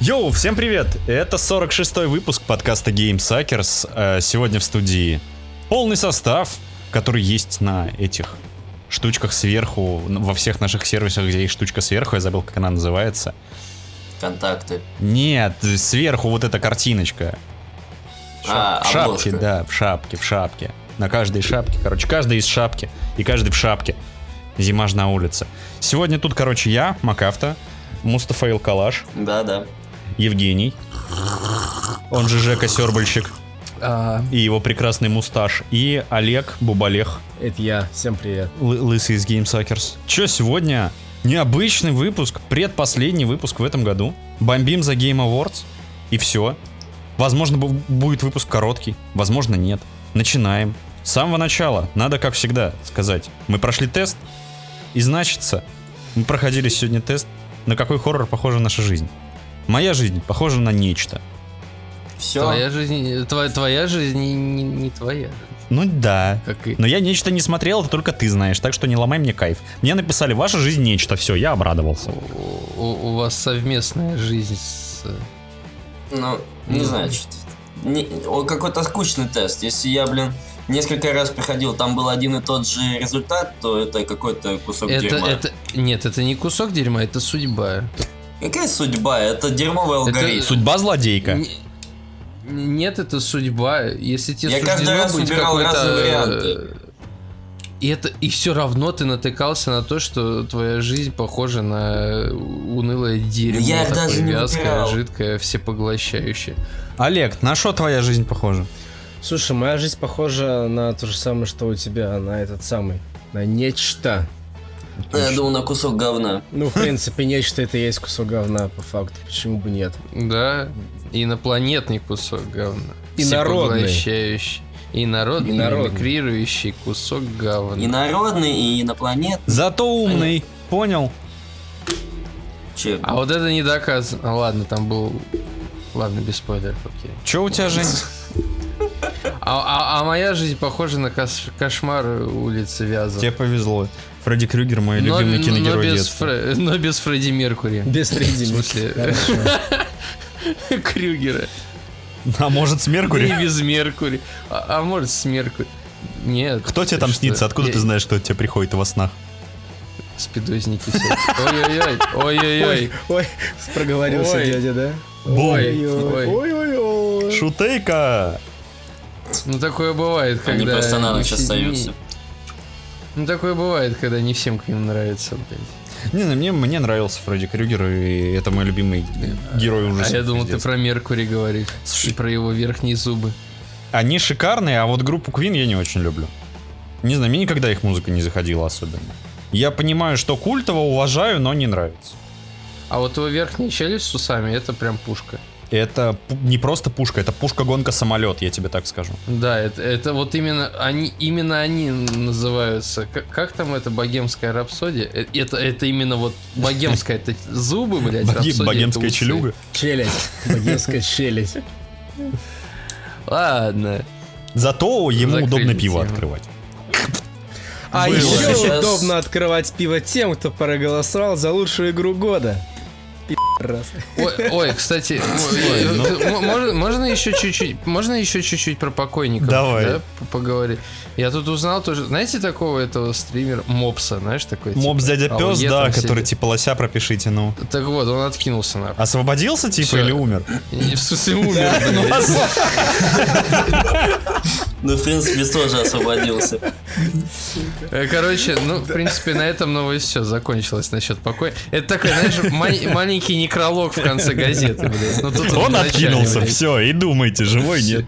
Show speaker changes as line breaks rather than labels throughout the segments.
Йоу, всем привет! Это 46-й выпуск подкаста Game Suckers. Э, Сегодня в студии полный состав, который есть на этих штучках сверху, ну, во всех наших сервисах, где есть штучка сверху, я забыл, как она называется.
Контакты.
Нет, сверху вот эта картиночка.
А,
в шапке,
обложка.
да, в шапке, в шапке. На каждой шапке, короче, каждый из шапки и каждый в шапке. Зима ж на улице. Сегодня тут, короче, я, Макафта, Мустафаил Калаш,
Да, да.
Евгений, он же Жека Сербальщик,
А,
и его прекрасный мусташ, и Олег Бубалех,
это я. Всем привет.
лы- лысый из Геймсакерс. Че сегодня? Необычный выпуск, предпоследний выпуск в этом году. Бомбим за Game Awards, и все. Возможно, бу- будет выпуск короткий, возможно, нет. Начинаем. С самого начала, надо, как всегда, сказать, мы прошли тест, и значится, мы проходили сегодня тест, на какой хоррор похожа наша жизнь. Моя жизнь похожа на нечто.
Все.
Твоя жизнь, твоя, твоя жизнь не, не- не твоя.
Ну да.
Как и...
Но я нечто не смотрел, это только ты знаешь, так что не ломай мне кайф. Мне написали, ваша жизнь нечто, все, я обрадовался.
Ну.
У, у- у вас совместная жизнь с...
Ну, не
Ну.
знаю, что какой-то скучный тест. Если я, блин, несколько раз приходил, там был один и тот же результат, то это какой-то кусок
Это,
дерьма.
это... Нет, это не кусок дерьма, это судьба.
Какая судьба? Это дерьмовый алгоритм.
Судьба злодейка.
Не- Нет, это судьба. Если тебе
Я каждый
суждено
раз
быть
выбирал
какой-то,
разные
э, И, это, и все равно ты натыкался на то, что твоя жизнь похожа на унылое дерево.
Я их
такое
даже не
вязкое,
выбирал.
жидкое, всепоглощающее.
Олег, на что твоя жизнь похожа?
Слушай, моя жизнь похожа на то же самое, что у тебя, на этот самый, на нечто.
Я думал, на кусок говна.
Ну, в принципе, нечто это и есть кусок говна, по факту, почему бы нет.
Да, инопланетный кусок говна.
Инородный.
Всепоглощающий. Инородный,
Инородный.
мимикрирующий кусок
И
говна.
народный, и инопланетный.
Зато умный, понял?
Че?
А вот это не доказано. А, Ладно, там был... Ладно, без спойлеров, окей.
Че у тебя жизнь?
А, а- а моя жизнь похожа на кос- кошмар улицы Вязов.
Тебе повезло. Фредди Крюгер мой
но,
любимый
но
киногерой
без
детства.
Фре- но без Фредди Меркури.
Без
В
среди
смысле, Крюгера.
А может с
И
Меркури?
без Меркури. А, а может, с Меркури. Нет.
Кто тебе там
что?
снится? Откуда
Я-
ты знаешь, кто тебе приходит во снах?
Спидозники всякие. Ой-ой-ой, ой-ой-ой.
Ой, ой, проговорился
Ой.
дядя, да?
Бум.
Ой,
Ой.
ой, ой.
Шутейка!
Ну такое бывает, когда...
Они просто на ночь
не-
остаются.
не- Ну такое бывает, когда не всем к ним нравится, блядь.
Не, ну, мне, мне нравился Фредди Крюгер, и это мой любимый герой
А
ужасов.
я думал,
из
ты
детства.
про Меркури говоришь.
Слушай.
И про его верхние зубы.
Они шикарные, а вот группу Queen я не очень люблю. Не знаю, мне никогда их музыка не заходила особенно. Я понимаю, что культово уважаю, но не нравится.
А вот его верхняя челюсть с усами, это прям пушка.
Это пу- не просто пушка, это пушка-гонка-самолет, я тебе так скажу.
Да, это, это вот именно они, именно они называются. Как, как там это богемская рапсодия? Э, Это, это именно вот богемская, это зубы, блядь,
Боги-
рапсодия это
богемская
усы.
челюга.
Челюсть, богемская челюсть.
Ладно.
Зато ему
Закрыли
удобно пиво
тему.
открывать.
А
Было.
еще
Сейчас-
удобно открывать пиво тем, кто проголосовал за лучшую игру года. Пи***раз.
Ой, ой, кстати, ой,
ну.
ты- м- можно, можно еще чуть-чуть, можно еще чуть-чуть про покойников,
Давай.
да, п- поговорить. Я тут узнал тоже, знаете такого этого стримера Мопса, знаешь такой? типа,
Мопс дядя
а,
пес,
я
да,
там
который
сидел.
типа лося пропишите, ну.
Так вот, он откинулся нахуй.
Освободился типа
Всё.
или умер?
И В смысле умер. блядь.
Ну, в принципе, тоже освободился.
Э, Короче, ну, в принципе, на этом ну, новость все закончилась насчет покоя. Это такой, знаешь, ма- маленький некролог в конце газеты, блядь. Ну, тут
Он
в начале,
откинулся,
блядь.
все, и думайте, живой нет.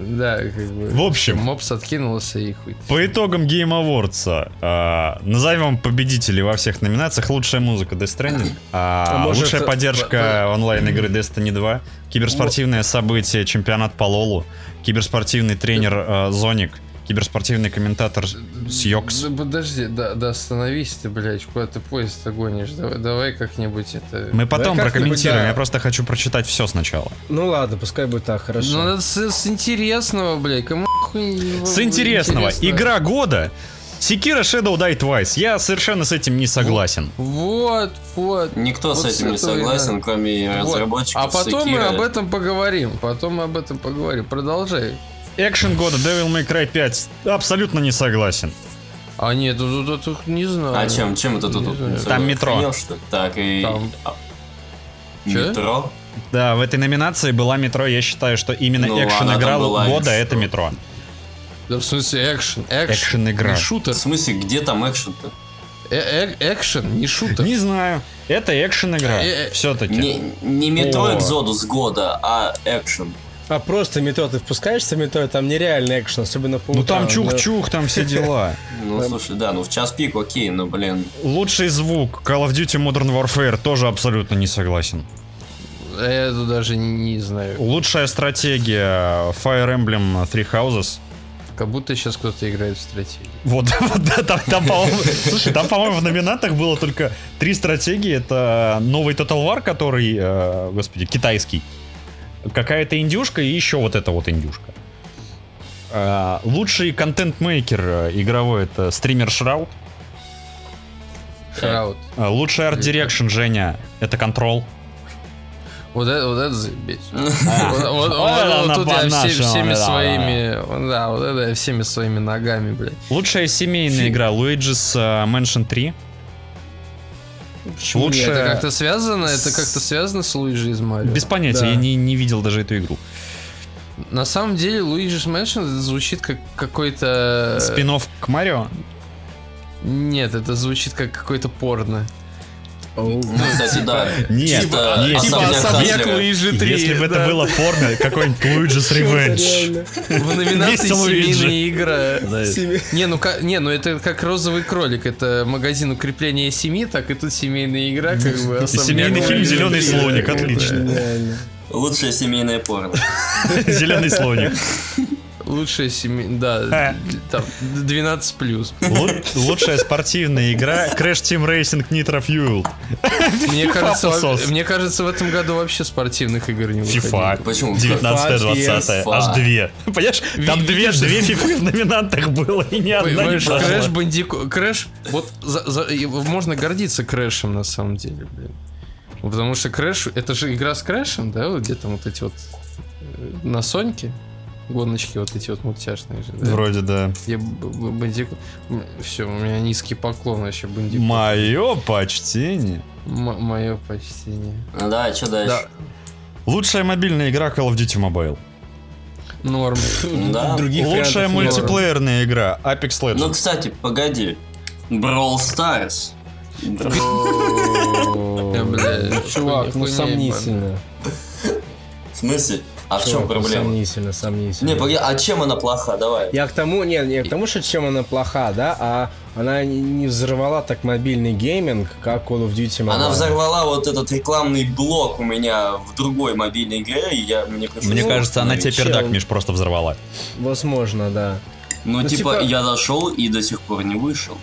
Да, как бы.
В общем,
Мопс откинулся и хуй.
По итогам Game Awards а, назовем победителей во всех номинациях. Лучшая музыка Death Stranding, а,
А может,
лучшая
это-
поддержка онлайн-игры Destiny 2, киберспортивное событие чемпионат по лолу, киберспортивный тренер
Э.
а, Зоник, киберспортивный комментатор Сьокс.
Да Ну, Подожди, да, да остановись ты, блядь, куда ты поезд гонишь? Давай, давай как-нибудь это...
Мы потом
как-нибудь,
прокомментируем,
да.
я просто хочу прочитать все сначала.
Ну ладно, пускай будет так, хорошо.
Ну, надо с, с интересного, блядь, кому хуй его
Ну,
С интересного.
интересно?
Игра года. Секира, Shadow Die Twice. Я совершенно с этим не согласен.
Вот, вот.
Никто
Вот
с этим
с
не
этого и
согласен,
надо.
кроме
Вот.
разработчиков.
А потом мы
Sekiro.
об этом поговорим. Потом мы об этом поговорим. Продолжай.
Экшен года Devil May Cry 5. Абсолютно не согласен.
А нет, тут, тут- тут не знаю.
А чем? Чем это тут?
Не знаю.
Всё,
Там метро.
охренел, что ли? Так, и...
Там.
а,
Чё?
Метро?
Да, в этой номинации была метро. Я считаю, что именно
Ну
экшен
ладно,
игра
там была
года
«Метро».
это метро.
Да в смысле экшен. Экшен.
Экшен-игра.
Не
В
шутер.
смысле, где там экшен-то?
Э- э- экшен, не шутер.
Не знаю. Это экшен игра.
Э, э,
Все-таки.
Не, не метро
О.
Экзодус года, а экшен.
А просто метро, ты впускаешься в метро, там нереальный экшен, особенно по
Ну
утрам,
там
да.
чух-чух, там все дела.
Ну, слушай, да, ну в час пик, окей, но, блин,
Лучший звук Call of Duty Modern Warfare тоже абсолютно не согласен.
А Я тут даже не знаю.
Лучшая стратегия Fire Emblem Three Houses.
Как будто сейчас кто-то играет в стратегии.
Вот, вот, да, там, там, по-моему, слушай, там, по-моему, в номинатах было только три стратегии. Это новый Total War, который, э, господи, китайский. Какая-то индюшка и еще вот эта вот индюшка. Э, лучший контент-мейкер э, игровой это стример Шрау.
Крауд.
Э, лучший арт-дирекшн, Женя, это Control.
Вот это, вот это заебись. А, Вот- вот- вот-
А, она
вот тут я все-
по-нашему,
всеми
да, да,
своими, да, вот это я всеми своими ногами, блядь.
Лучшая семейная игра Luigi's э, Mansion 3.
Почему
лучше-
нет?
Это
Э,
как-то связано, это как-то связано с Луиджи из Марио.
Без понятия,
Да.
я не, не видел даже эту игру.
На самом деле Луиджи Mansion звучит как какой-то...
Спинов Э, к Марио.
Нет, это звучит как какой-то порно.
Оу.
ну, кстати, да.
Нет,
Чисто
нет,
особняк
типа особняк
Хаслера.
Луиджи
Если бы это было порно, какой-нибудь Luigi's Revenge.
Реально.
В номинации
Вместе Луиджи.
«Семейная игра».
Семь-
Не, ну ка- не, ну это как розовый кролик, это магазин укрепления семьи, так и тут семейная игра, как бы.
И
особняк
семейный фильм
Луиджи.
«Зеленый слоник», отлично.
Реально.
Лучшее семейное порно.
Зеленый слоник.
Лучшая семья,
А.
да, там 12 плюс.
Лу- Лучшая спортивная игра Crash Team Racing Nitro Fuel.
Мне
FIFA
кажется, во-
посос.
мне кажется, в этом году вообще спортивных игр не выходило.
FIFA.
Почему?
А, 19-20.
FIFA.
Аж две. Понимаешь, там две, две фифы в номинантах было, и ни одна не
Понимаешь, Крэш
прошла.
Бандико... Крэш, вот за- за- и можно гордиться Крэшем на самом деле, блин. Ну, Потому что Крэш, это же игра с Крэшем, да, вот где там вот эти вот э, на Соньке гоночки вот эти вот мультяшные же, да?
Вроде да.
Где б- б- Бандико... Все, у меня низкий поклон вообще Бандико.
Мое почтение.
Мое почтение.
Ну Да, что дальше?
Лучшая мобильная игра Call of Duty Mobile.
Норм.
Да.
Других
Лучшая
вариантов не было.
мультиплеерная игра Apex
Ну,
Legends.
кстати, погоди. Brawl Stars.
Э, бля,
Чувак, ну
хуйня
сомнительно.
В смысле? А в чем
Чувак, ну,
проблема?
Сомнительно, сомнительно.
Не, погоди, а чем она плоха? Давай.
Я к тому, не, не к тому, что чем она плоха, да, а она не- не взорвала так мобильный гейминг, как Call of Duty Mobile.
Она взорвала вот этот рекламный блок у меня в другой мобильной игре, и я мне пришлось
Мне
его
кажется, она тебе
установить.
чел.
пердак, Миш, просто взорвала.
Возможно, да.
Ну,
Ну,
типа,
типа-
я зашел и до сих пор не вышел.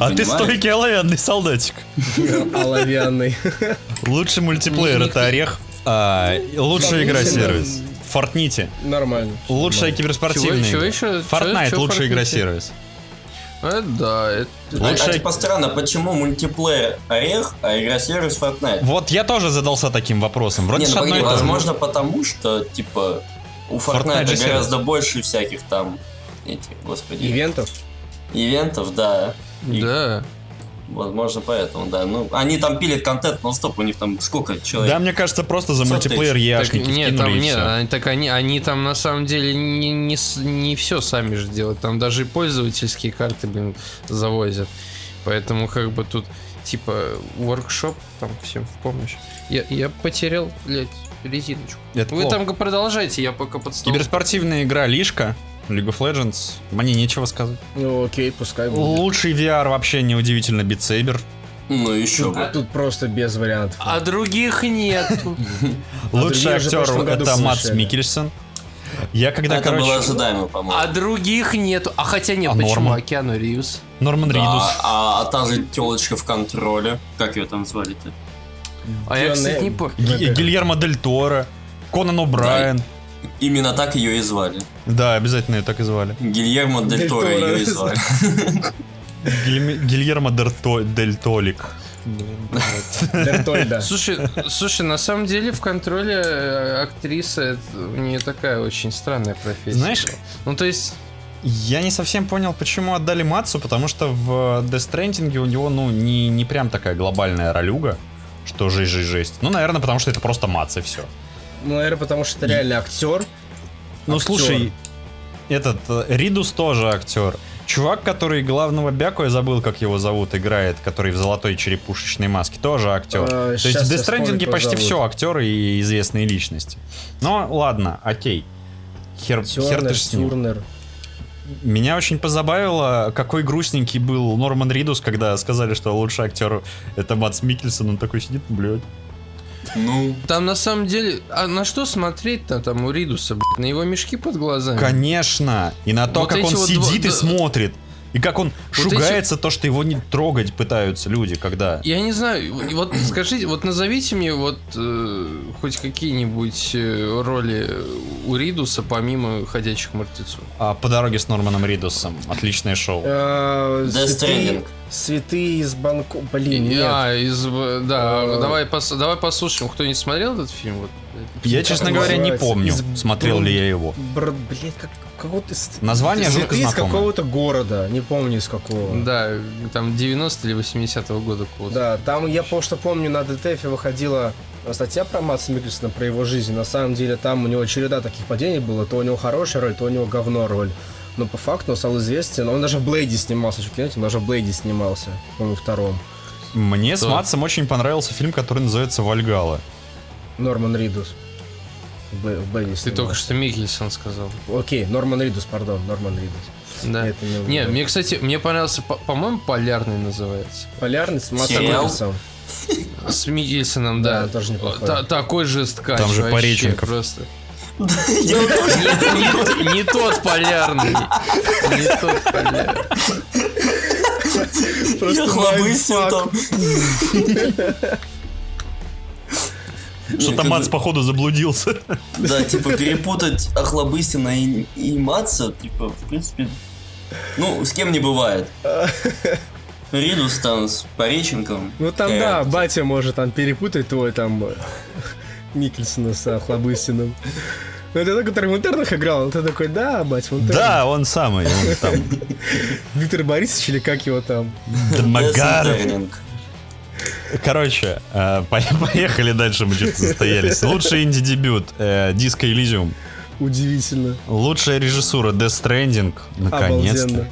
А ты
понимаешь?
стойкий оловянный солдатик.
Оловянный.
Лучший мультиплеер это Орех. А, Лучшая
Fortnite,
игра-сервис. Фортните.
Нормально.
Лучшая
Нормально.
киберспортивная.
Чего- чего
игра.
еще? Чего-
Fortnite
чего
лучшая
Fortnite?
игра-сервис.
Э, да, это...
А, а
Лучшая-
типа странно, почему мультиплеер Орех, а игра сервис Fortnite?
Вот я тоже задался таким вопросом. Вроде
Не, ну
ж одно
погоди,
и то же.
возможно, потому что, типа, у
Fortnite
Fortnite,
же сервис.
гораздо больше всяких там, этих, господи,
Ивентов?
ивентов, да. И,
Да.
Возможно, поэтому, да. Ну, они там пилят контент, но стоп, у них там сколько человек?
Да, мне кажется, просто за
Сотый.
мультиплеер
Так,
яшники
нет,
вкинули
там,
и
нет, а
всё.
они, так они, они там на самом деле не, не, с- не все сами же делают. Там даже и пользовательские карты, блин, завозят. Поэтому как бы тут типа воркшоп там всем в помощь. Я, я потерял, блядь, резиночку.
Это
Вы
плохо.
там продолжайте, я пока под стол.
Киберспортивная игра Лишка. League of Legends. Мне нечего сказать.
Ну окей, пускай будет.
Лучший VR вообще неудивительно битсейбер.
А
Ну, еще
Тут,
бы.
тут просто без вариантов.
А других нет.
Лучший
другие же в
актер
прошлом году
это Матс
слышали.
Микельсон. Я когда,
Это
короче,
было
ну,
ожидаемо, по-моему.
А других нету. А хотя нет,
А
почему?
Норман?
А Киану Ривз.
Норман
Да,
Ридус.
а, а та же телочка в контроле. Как ее там звали-то?
А я,
Киану
кстати, не
Ривз.
помню.
Г- Гильермо Дель Торо, Конан О'Брайен,
Именно так ее и звали.
Да, обязательно ее так и звали.
Гильермо Дель
Дель
Торо
Торо.
ее и звали.
Гильм- Гильермо Дерто- Дель Толик.
Блин, блядь.
Бертольда.
Слушай, слушай, на самом деле в контроле э, актриса это у нее такая очень странная профессия.
Знаешь-
Ну то есть.
Я не совсем понял, почему отдали Мацу, потому что в э, Death Stranding у него, ну, не, не прям такая глобальная ролюга, что жесть-жесть-жесть. Ну, наверное, потому что это просто Мац и все.
Ну, наверное, потому что это реально актер.
Ну,
Актер.
слушай, этот э, Ридус тоже актер. Чувак, который главного бяку, я забыл, как его зовут, играет, который в золотой черепушечной маске, тоже актер.
Э,
То есть
щас
в
я
Death
вспомню,
Stranding
как
почти
зовут.
все актеры и известные личности. Но ладно, окей. Хер, хер ты
Тернер,
ж с ним.
Тюрнер.
Меня очень позабавило, какой грустненький был Норман Ридус, когда сказали, что лучший актер это Мац Микельсон. Он такой сидит, блядь.
Ну,
Там на самом деле. А на что смотреть-то там у Ридуса, блядь? На его мешки под глазами.
Конечно. И на то,
Вот
как
эти
он
вот
сидит
два-
и
да.
смотрит. И как он
эти-
шугается то, что его не трогать пытаются люди, когда...
Я не знаю, и вот скажите, вот назовите мне вот э, хоть какие-нибудь э, роли у Ридуса помимо ходячих мертвецов.
А, по дороге с Норманом Ридусом. Отличное шоу.
Э,
Death
Святые
Stranding.
святые из Банку... Блин, нет.
А, из, э, да,
Э,
давай, пос- давай послушаем, кто-нибудь смотрел этот фильм? Вот, э,
Я, честно
он
говоря, не
называется?
помню,
Из-
смотрел ли я его.
Бр- Блин, как... Какого-то... с-
А
Название жутко
Святые из
знакомое.
какого-то города. Не помню, из какого.
Да, там 90 или 80-го года какого-то.
Да, там я потому что помню, на ДТФ выходила статья про Матса Микельсона, про его жизнь. На самом деле там у него череда таких падений было. То у него хорошая роль, то у него говно роль. Но по факту он стал известен. Он даже в Блейде снимался, чё, понимаете, он даже в Блейде снимался, по-моему, втором.
Мне с
Да.
Матсом очень понравился фильм, который называется «Вальгала».
Норман Ридус. В Б- в Блейде
Ты
снимался.
только что Микельсон сказал.
Окей, Норман Ридус, пардон, Норман Ридус.
Да.
Это не
Не,
выбор.
мне, кстати, мне понравился, по- по-моему, полярный называется.
Полярный с Матсом
Сериал?
Микельсоном.
С Микельсоном, да.
Да, тоже неплохой.
Та- такой же скач
Там же
вообще,
Пореченков.
Просто.
я вот тоже-
Не, не- не тот полярный. Не тот полярный.
я хлобыстил там.
Что-то
как
Мац,
бы-
походу, заблудился.
Да, типа перепутать Охлобыстина и, и Маца, типа, в принципе, ну, с кем не бывает. Ридус там с Пореченком.
Ну там,
Э,
да, батя может там перепутать твой там э, Микельсона с Охлобыстиным. Ну это тот, который в интернах играл, ты такой, да, бать, в интернах».
Да, он самый. он там.
Виктор Борисович или как его там?
Дамагаров.
Десентеринг.
Короче, э, по- поехали дальше, мы что-то застоялись. Лучший инди-дебют, э, Диско Элизиум.
Удивительно.
Лучшая режиссура, Death Stranding, наконец-то.
Обалденно.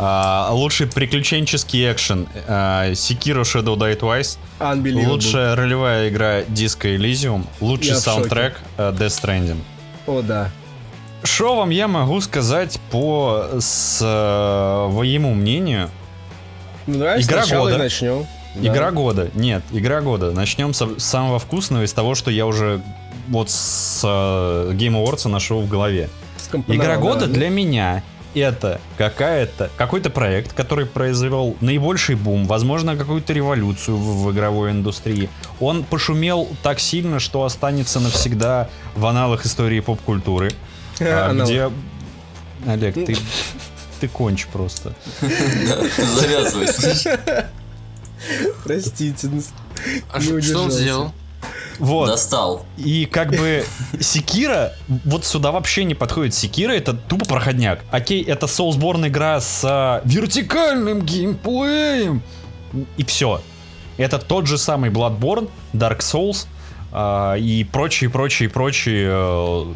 А, лучший приключенческий экшен, э, Sekiro Shadow Die Twice.
Unbelievable.
Лучшая ролевая игра, Диско Элизиум. Лучший
Я в шоке.
саундтрек, э, Death Stranding.
О, да.
Что вам я могу сказать по своему мнению?
Ну давай
Игра
сначала
года.
и начнем. Да.
Игра года. Нет, игра года. Начнем со- с самого вкусного, из того, что я уже вот с э, Game Awards нашел в голове.
Скомпоновал,
Игра года
да.
для меня это какая-то какой-то проект, который произвел наибольший бум, возможно, какую-то революцию в, в игровой индустрии. Он пошумел так сильно, что останется навсегда в аналах истории поп-культуры. а,
Аналог.
Где... Олег, ты, ты конч просто.
Да, ты завязывай. слушай.
Простите. ну,
А
Не
ш- что он
удержался.
сделал?
Вот.
Достал.
И как бы Секира вот сюда вообще не подходит. Секира это тупо проходняк. Окей, это Soulsborne игра с а, вертикальным геймплеем. И все. Это тот же самый Bloodborne, Dark Souls а, и прочие, прочие, прочие э,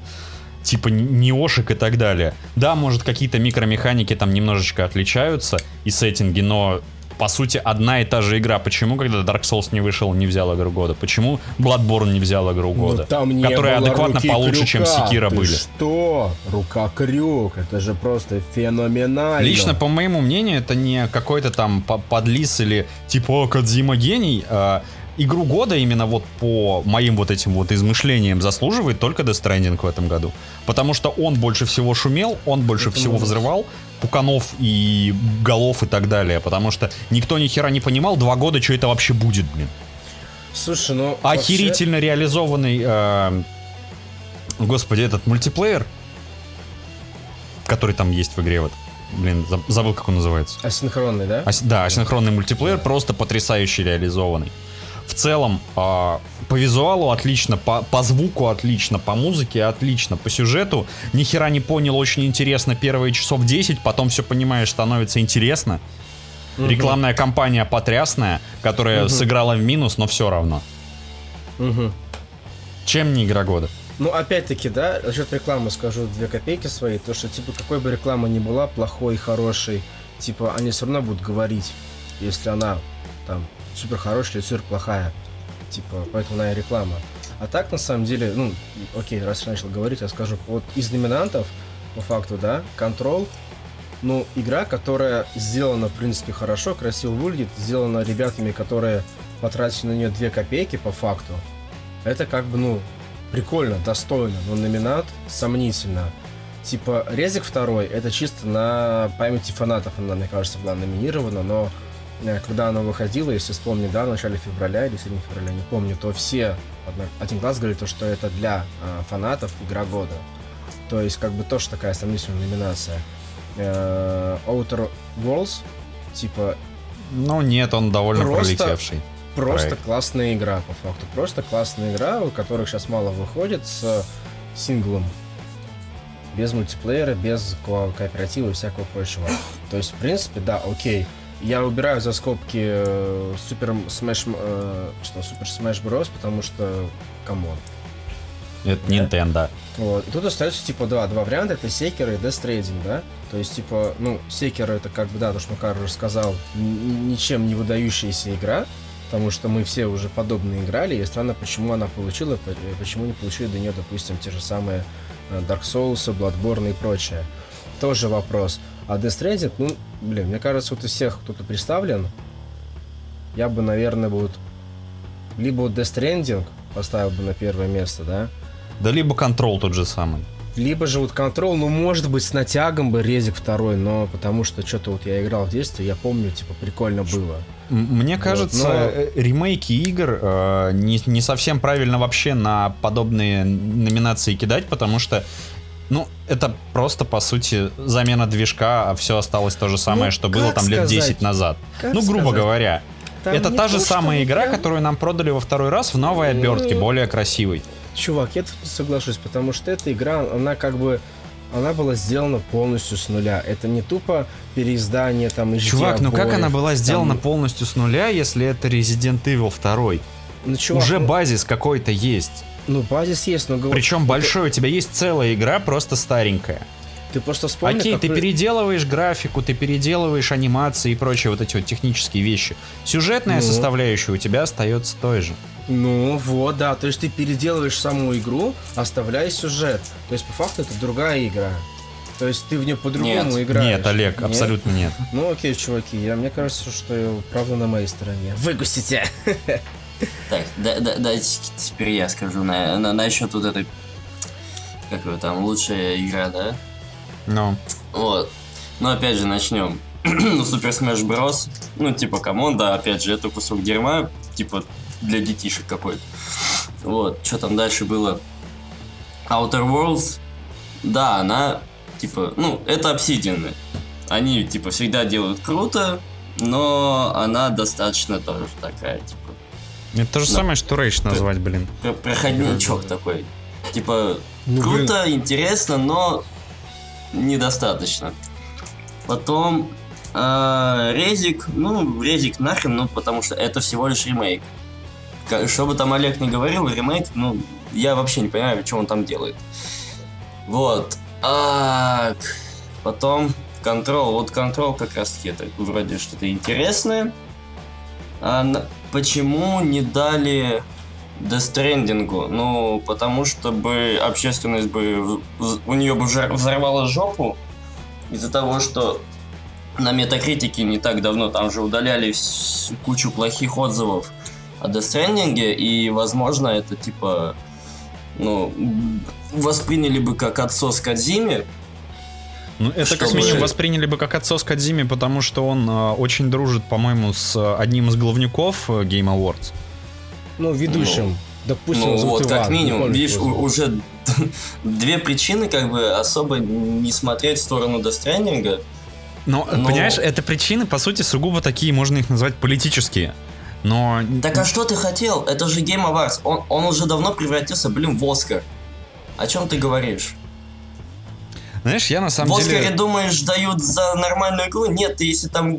типа н- неошек и так далее. Да, может какие-то микромеханики там немножечко отличаются и сеттинги, но по сути одна и та же игра. Почему, когда Dark Souls не вышел, не взял игру года? Почему Bloodborne не взял игру
Ну,
года?
там не
которые
было
адекватно
руки
получше, чем
крюка.
Секира
Ты
были.
что? Рука крюк. Это же просто феноменально.
Лично, по моему мнению, это не какой-то там по- подлис или типа «О, Кодзима гений. а игру года именно вот по моим вот этим вот измышлениям заслуживает только Death Stranding в этом году. Потому что он больше всего шумел, он больше
Это
всего
молодец.
взрывал пуканов и голов и так далее. Потому что никто ни хера не понимал два года, что это вообще будет, блин.
Слушай, ну... вообще-
Охерительно реализованный э, а, Господи, этот мультиплеер, который там есть в игре, вот, блин, заб- забыл, как он называется.
Асинхронный, да?
Ас- да, асинхронный мультиплеер просто потрясающе реализованный. В целом, а, по визуалу отлично, по, по звуку отлично, по музыке отлично, по сюжету ни хера не понял, очень интересно первые часов 10, потом все понимаешь, становится интересно.
Мгм.
Рекламная кампания потрясная, которая
Мгм.
сыграла в минус, но все равно.
Мгм.
Чем не игра года?
Ну, опять-таки, да, насчет рекламы скажу две копейки свои, то, что, типа, какой бы реклама ни была, плохой, хорошей, типа, они все равно будут говорить, если она, там, супер хорошая или супер плохая, типа, поэтому она и реклама. А так, на самом деле, ну, окей, раз я начал говорить, я скажу, вот из номинантов, по факту, да, Control, ну, игра, которая сделана, в принципе, хорошо, красиво выглядит, сделана ребятами, которые потратили на нее две копейки, по факту, это как бы, ну, прикольно, достойно, но номинат сомнительно. Типа, Резик второй, это чисто на памяти фанатов она, мне кажется, была номинирована, но э, когда она выходила, если вспомнить, да, в начале февраля или середине февраля, не помню, то все, одна- один глаз говорит, то, что это для э, фанатов игра года. То есть, как бы тоже такая сомнительная номинация. Э, Outer Worlds, типа,
Ну нет, он довольно
Просто-
пролетевший.
Просто
проект.
классная игра, по факту. Просто классная игра, у которых сейчас мало выходит с э, синглом. Без мультиплеера, без ко- кооператива и всякого прочего. То есть, в принципе, да, окей. Я убираю за скобки э, Супер Смэш... э, что, Супер Смэш Брос, потому что, камон.
Это
Да.
Nintendo.
Вот. И тут остается, типа, два, два варианта. Это секер и Death Stranding, да? То есть, типа, ну, секер это как бы, да, то, что Макар уже сказал, н- ничем не выдающаяся игра, потому что мы все уже подобные играли, и странно, почему она получила, п- э, почему не получили до нее, допустим, те же самые э, Dark Souls, Bloodborne и прочее. Тоже вопрос. А Death Stranding, ну, блин, мне кажется, вот из всех, кто тут представлен, я бы, наверное, вот либо вот Death Stranding поставил бы на первое место, да,
Да либо Control тот же самый.
либо же вот контрол, ну, может быть, с натягом бы резик второй, но потому что что-то вот я играл в детстве, я помню, типа, прикольно было.
М- Мне
Вот,
кажется,
но-
э, ремейки игр э, не, не совсем правильно вообще на подобные номинации кидать, потому что, ну, это просто, по сути, замена движка, а все осталось то же самое,
Ну,
что было
как
там лет
сказать?
10 назад.
Как
ну, грубо
сказать?
говоря.
Там
это
не
та же
то,
самая
чтобы
игра,
прям- Ну,
которую нам продали во второй раз в новой обертке,
М.
более красивой.
Чувак, я тут не соглашусь, потому что эта игра, она как бы... Она была сделана полностью с нуля. Это не тупо переиздание там из
Чувак, ну как
обоев,
она была сделана
там-
полностью с нуля, если это Resident Evil 2?
Ну, чувак,
Уже
ну,
базис какой-то есть.
ну, базис есть, но говорю,
Причем большой, у тебя есть целая игра, просто старенькая.
ты просто вспомни,
Окей,
как
ты
вы-
переделываешь графику, ты переделываешь анимации и прочие вот эти вот технические вещи. Сюжетная
Ну.
составляющая у тебя остается той же.
Ну вот, да, то есть ты переделываешь саму игру, оставляя сюжет. То есть по факту это другая игра. То есть ты в нее по-другому
Нет.
играешь.
Нет, Олег, абсолютно нет.
Ну окей, чуваки, я, мне кажется, что правда на моей стороне. Выгустите!
Так, да, да, да, т- теперь я скажу на, на, насчет вот этой, как его там, лучшая игра, да?
Ну,
Вот. Но опять же, начнем. ну, Супер Smash Bros. Ну, типа, камон, да, опять же, это кусок дерьма, типа, для детишек какой-то. Вот, что там дальше было? Outer Worlds, да, она, типа, ну, это обсидианы. Они, типа, всегда делают круто, но она достаточно тоже такая, типа,
это то же
Да.
самое, что Рейдж назвать, блин.
про- проходничок такой. Типа, Круто, интересно, но недостаточно. Потом э, Резик, ну, Резик нахрен, ну, потому что это всего лишь ремейк. Ка- Что бы там Олег не говорил, ремейк, ну, я вообще не понимаю, что он там делает. Вот. А, к- потом Control. Вот Control как раз таки это вроде что-то интересное. А на- почему не дали дестрендингу. Ну, потому что бы общественность бы вз- у нее бы жар- взорвала жопу из-за того, что на метакритике не так давно там же удаляли вс- кучу плохих отзывов о дестрендинге, и, возможно, это типа ну, м, восприняли бы как отсос Кадзиме.
Ну, это как
Чтобы-
минимум восприняли бы как отцовс Кадзиме, потому что он э, очень а, дружит, по-моему, с э, одним из главнюков э, Game Awards.
Ну, ведущим. Допустим,
ну
зовут
вот,
Иван,
как
не
минимум,
помню,
видишь,
как его
у-
зовут.
уже две причины как бы особо не смотреть в сторону дестрендинга.
Но,
Но-
понимаешь, это причины, по сути, сугубо такие, можно их назвать политические. Но...
Так а что ты хотел? Это же Game Awards. Он, он уже давно превратился, блин, в Оскар. О чем ты говоришь?
Знаешь, я на
в
самом
Оскаре,
деле...
думаешь, дают за нормальную игру? Нет, ты если там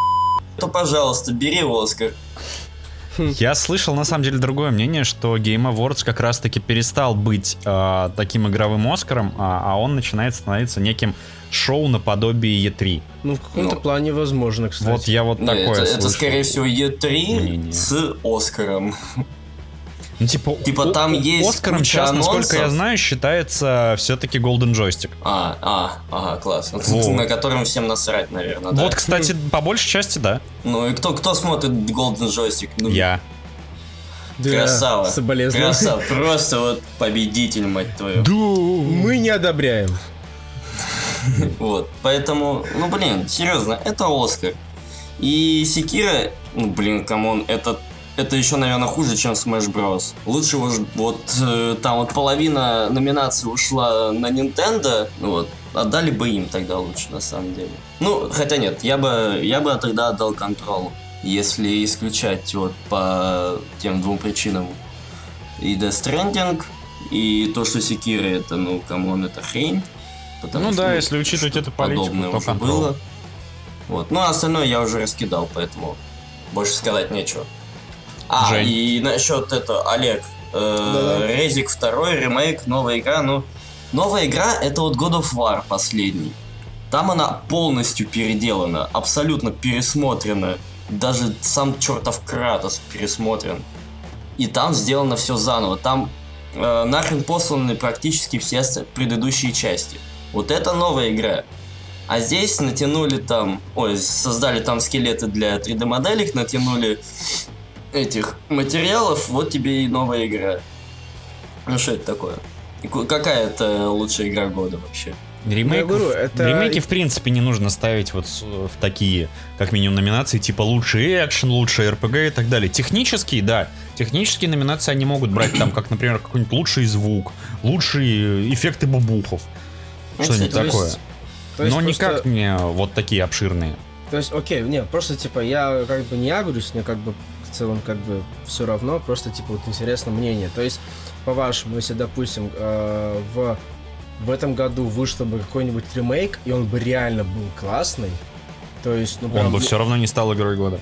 то, пожалуйста, бери Оскар.
Я слышал, на самом деле, другое мнение, что Game Awards как раз-таки перестал быть э, таким игровым Оскаром, а, а он начинает становиться неким шоу наподобие E3.
Ну, в каком-то
Ну.
плане возможно, кстати.
Вот я вот
Не,
такое
это, это,
слышал.
скорее всего, Е3
Не-не.
с Оскаром.
Ну, типа,
Типа, там есть
Оскаром
куча
сейчас, насколько
анонсов.
я знаю, считается все-таки Golden Joystick.
А, а, ага, класс.
Вот.
На котором всем насрать, наверное, А, да?
Вот, кстати, по большей части, да.
Ну и кто, кто смотрит Golden Joystick? Ну,
Я.
Да,
Красава.
соболезную.
Красава. Просто вот победитель, мать твою.
Мы не одобряем.
Вот. Поэтому, ну блин, серьезно, это Оскар. И Секира, ну блин, камон, это это еще, наверное, хуже, чем Smash Bros. Лучше уж вот э, там вот половина номинаций ушла на Nintendo, ну вот, отдали бы им тогда лучше, на самом деле. Ну, хотя нет, я бы, я бы тогда отдал контрол, если исключать вот по тем двум причинам. И Death Stranding, и то, что Секира это, ну, камон, это хрень. потому
Ну
что,
да, если учитывать
что-то
эту политику,
подобное
то
уже
Control.
было. Вот. Ну, а остальное я уже раскидал, поэтому больше сказать нечего. А,
Жень.
и насчет этого, Олег,
Да-да.
э, Резик 2, ремейк, новая игра, ну, новая игра, это вот God of War последний. Там она полностью переделана, абсолютно пересмотрена, даже сам чертов Кратос пересмотрен. И там сделано все заново, там э, нахрен посланы практически все с- предыдущие части. Вот это новая игра. А здесь натянули там, ой, создали там скелеты для 3D моделек, натянули этих материалов, вот тебе и новая игра. Ну что это такое? И ку- Какая это лучшая игра года вообще?
Ремейков-
Ну, я говорю, это-
Ремейки, в принципе, не нужно ставить вот с- в такие, как минимум, номинации, типа лучший экшен, лучший РПГ и так далее. Технические, да, технические номинации они могут брать, там, как, например, какой-нибудь лучший звук, лучшие эффекты бубухов,
Ну,
что-нибудь
кстати,
такое.
есть- То есть
Но
просто-
никак не вот такие обширные.
То есть, окей, не, просто, типа, я как бы не агрюсь, мне как бы в целом как бы все равно, просто, типа, вот интересно мнение. То есть, по-вашему, если, допустим, э, в, в этом году вышел бы какой-нибудь ремейк, и он бы реально был классный, то есть, ну,
Он
прям,
бы все равно не стал игрой года.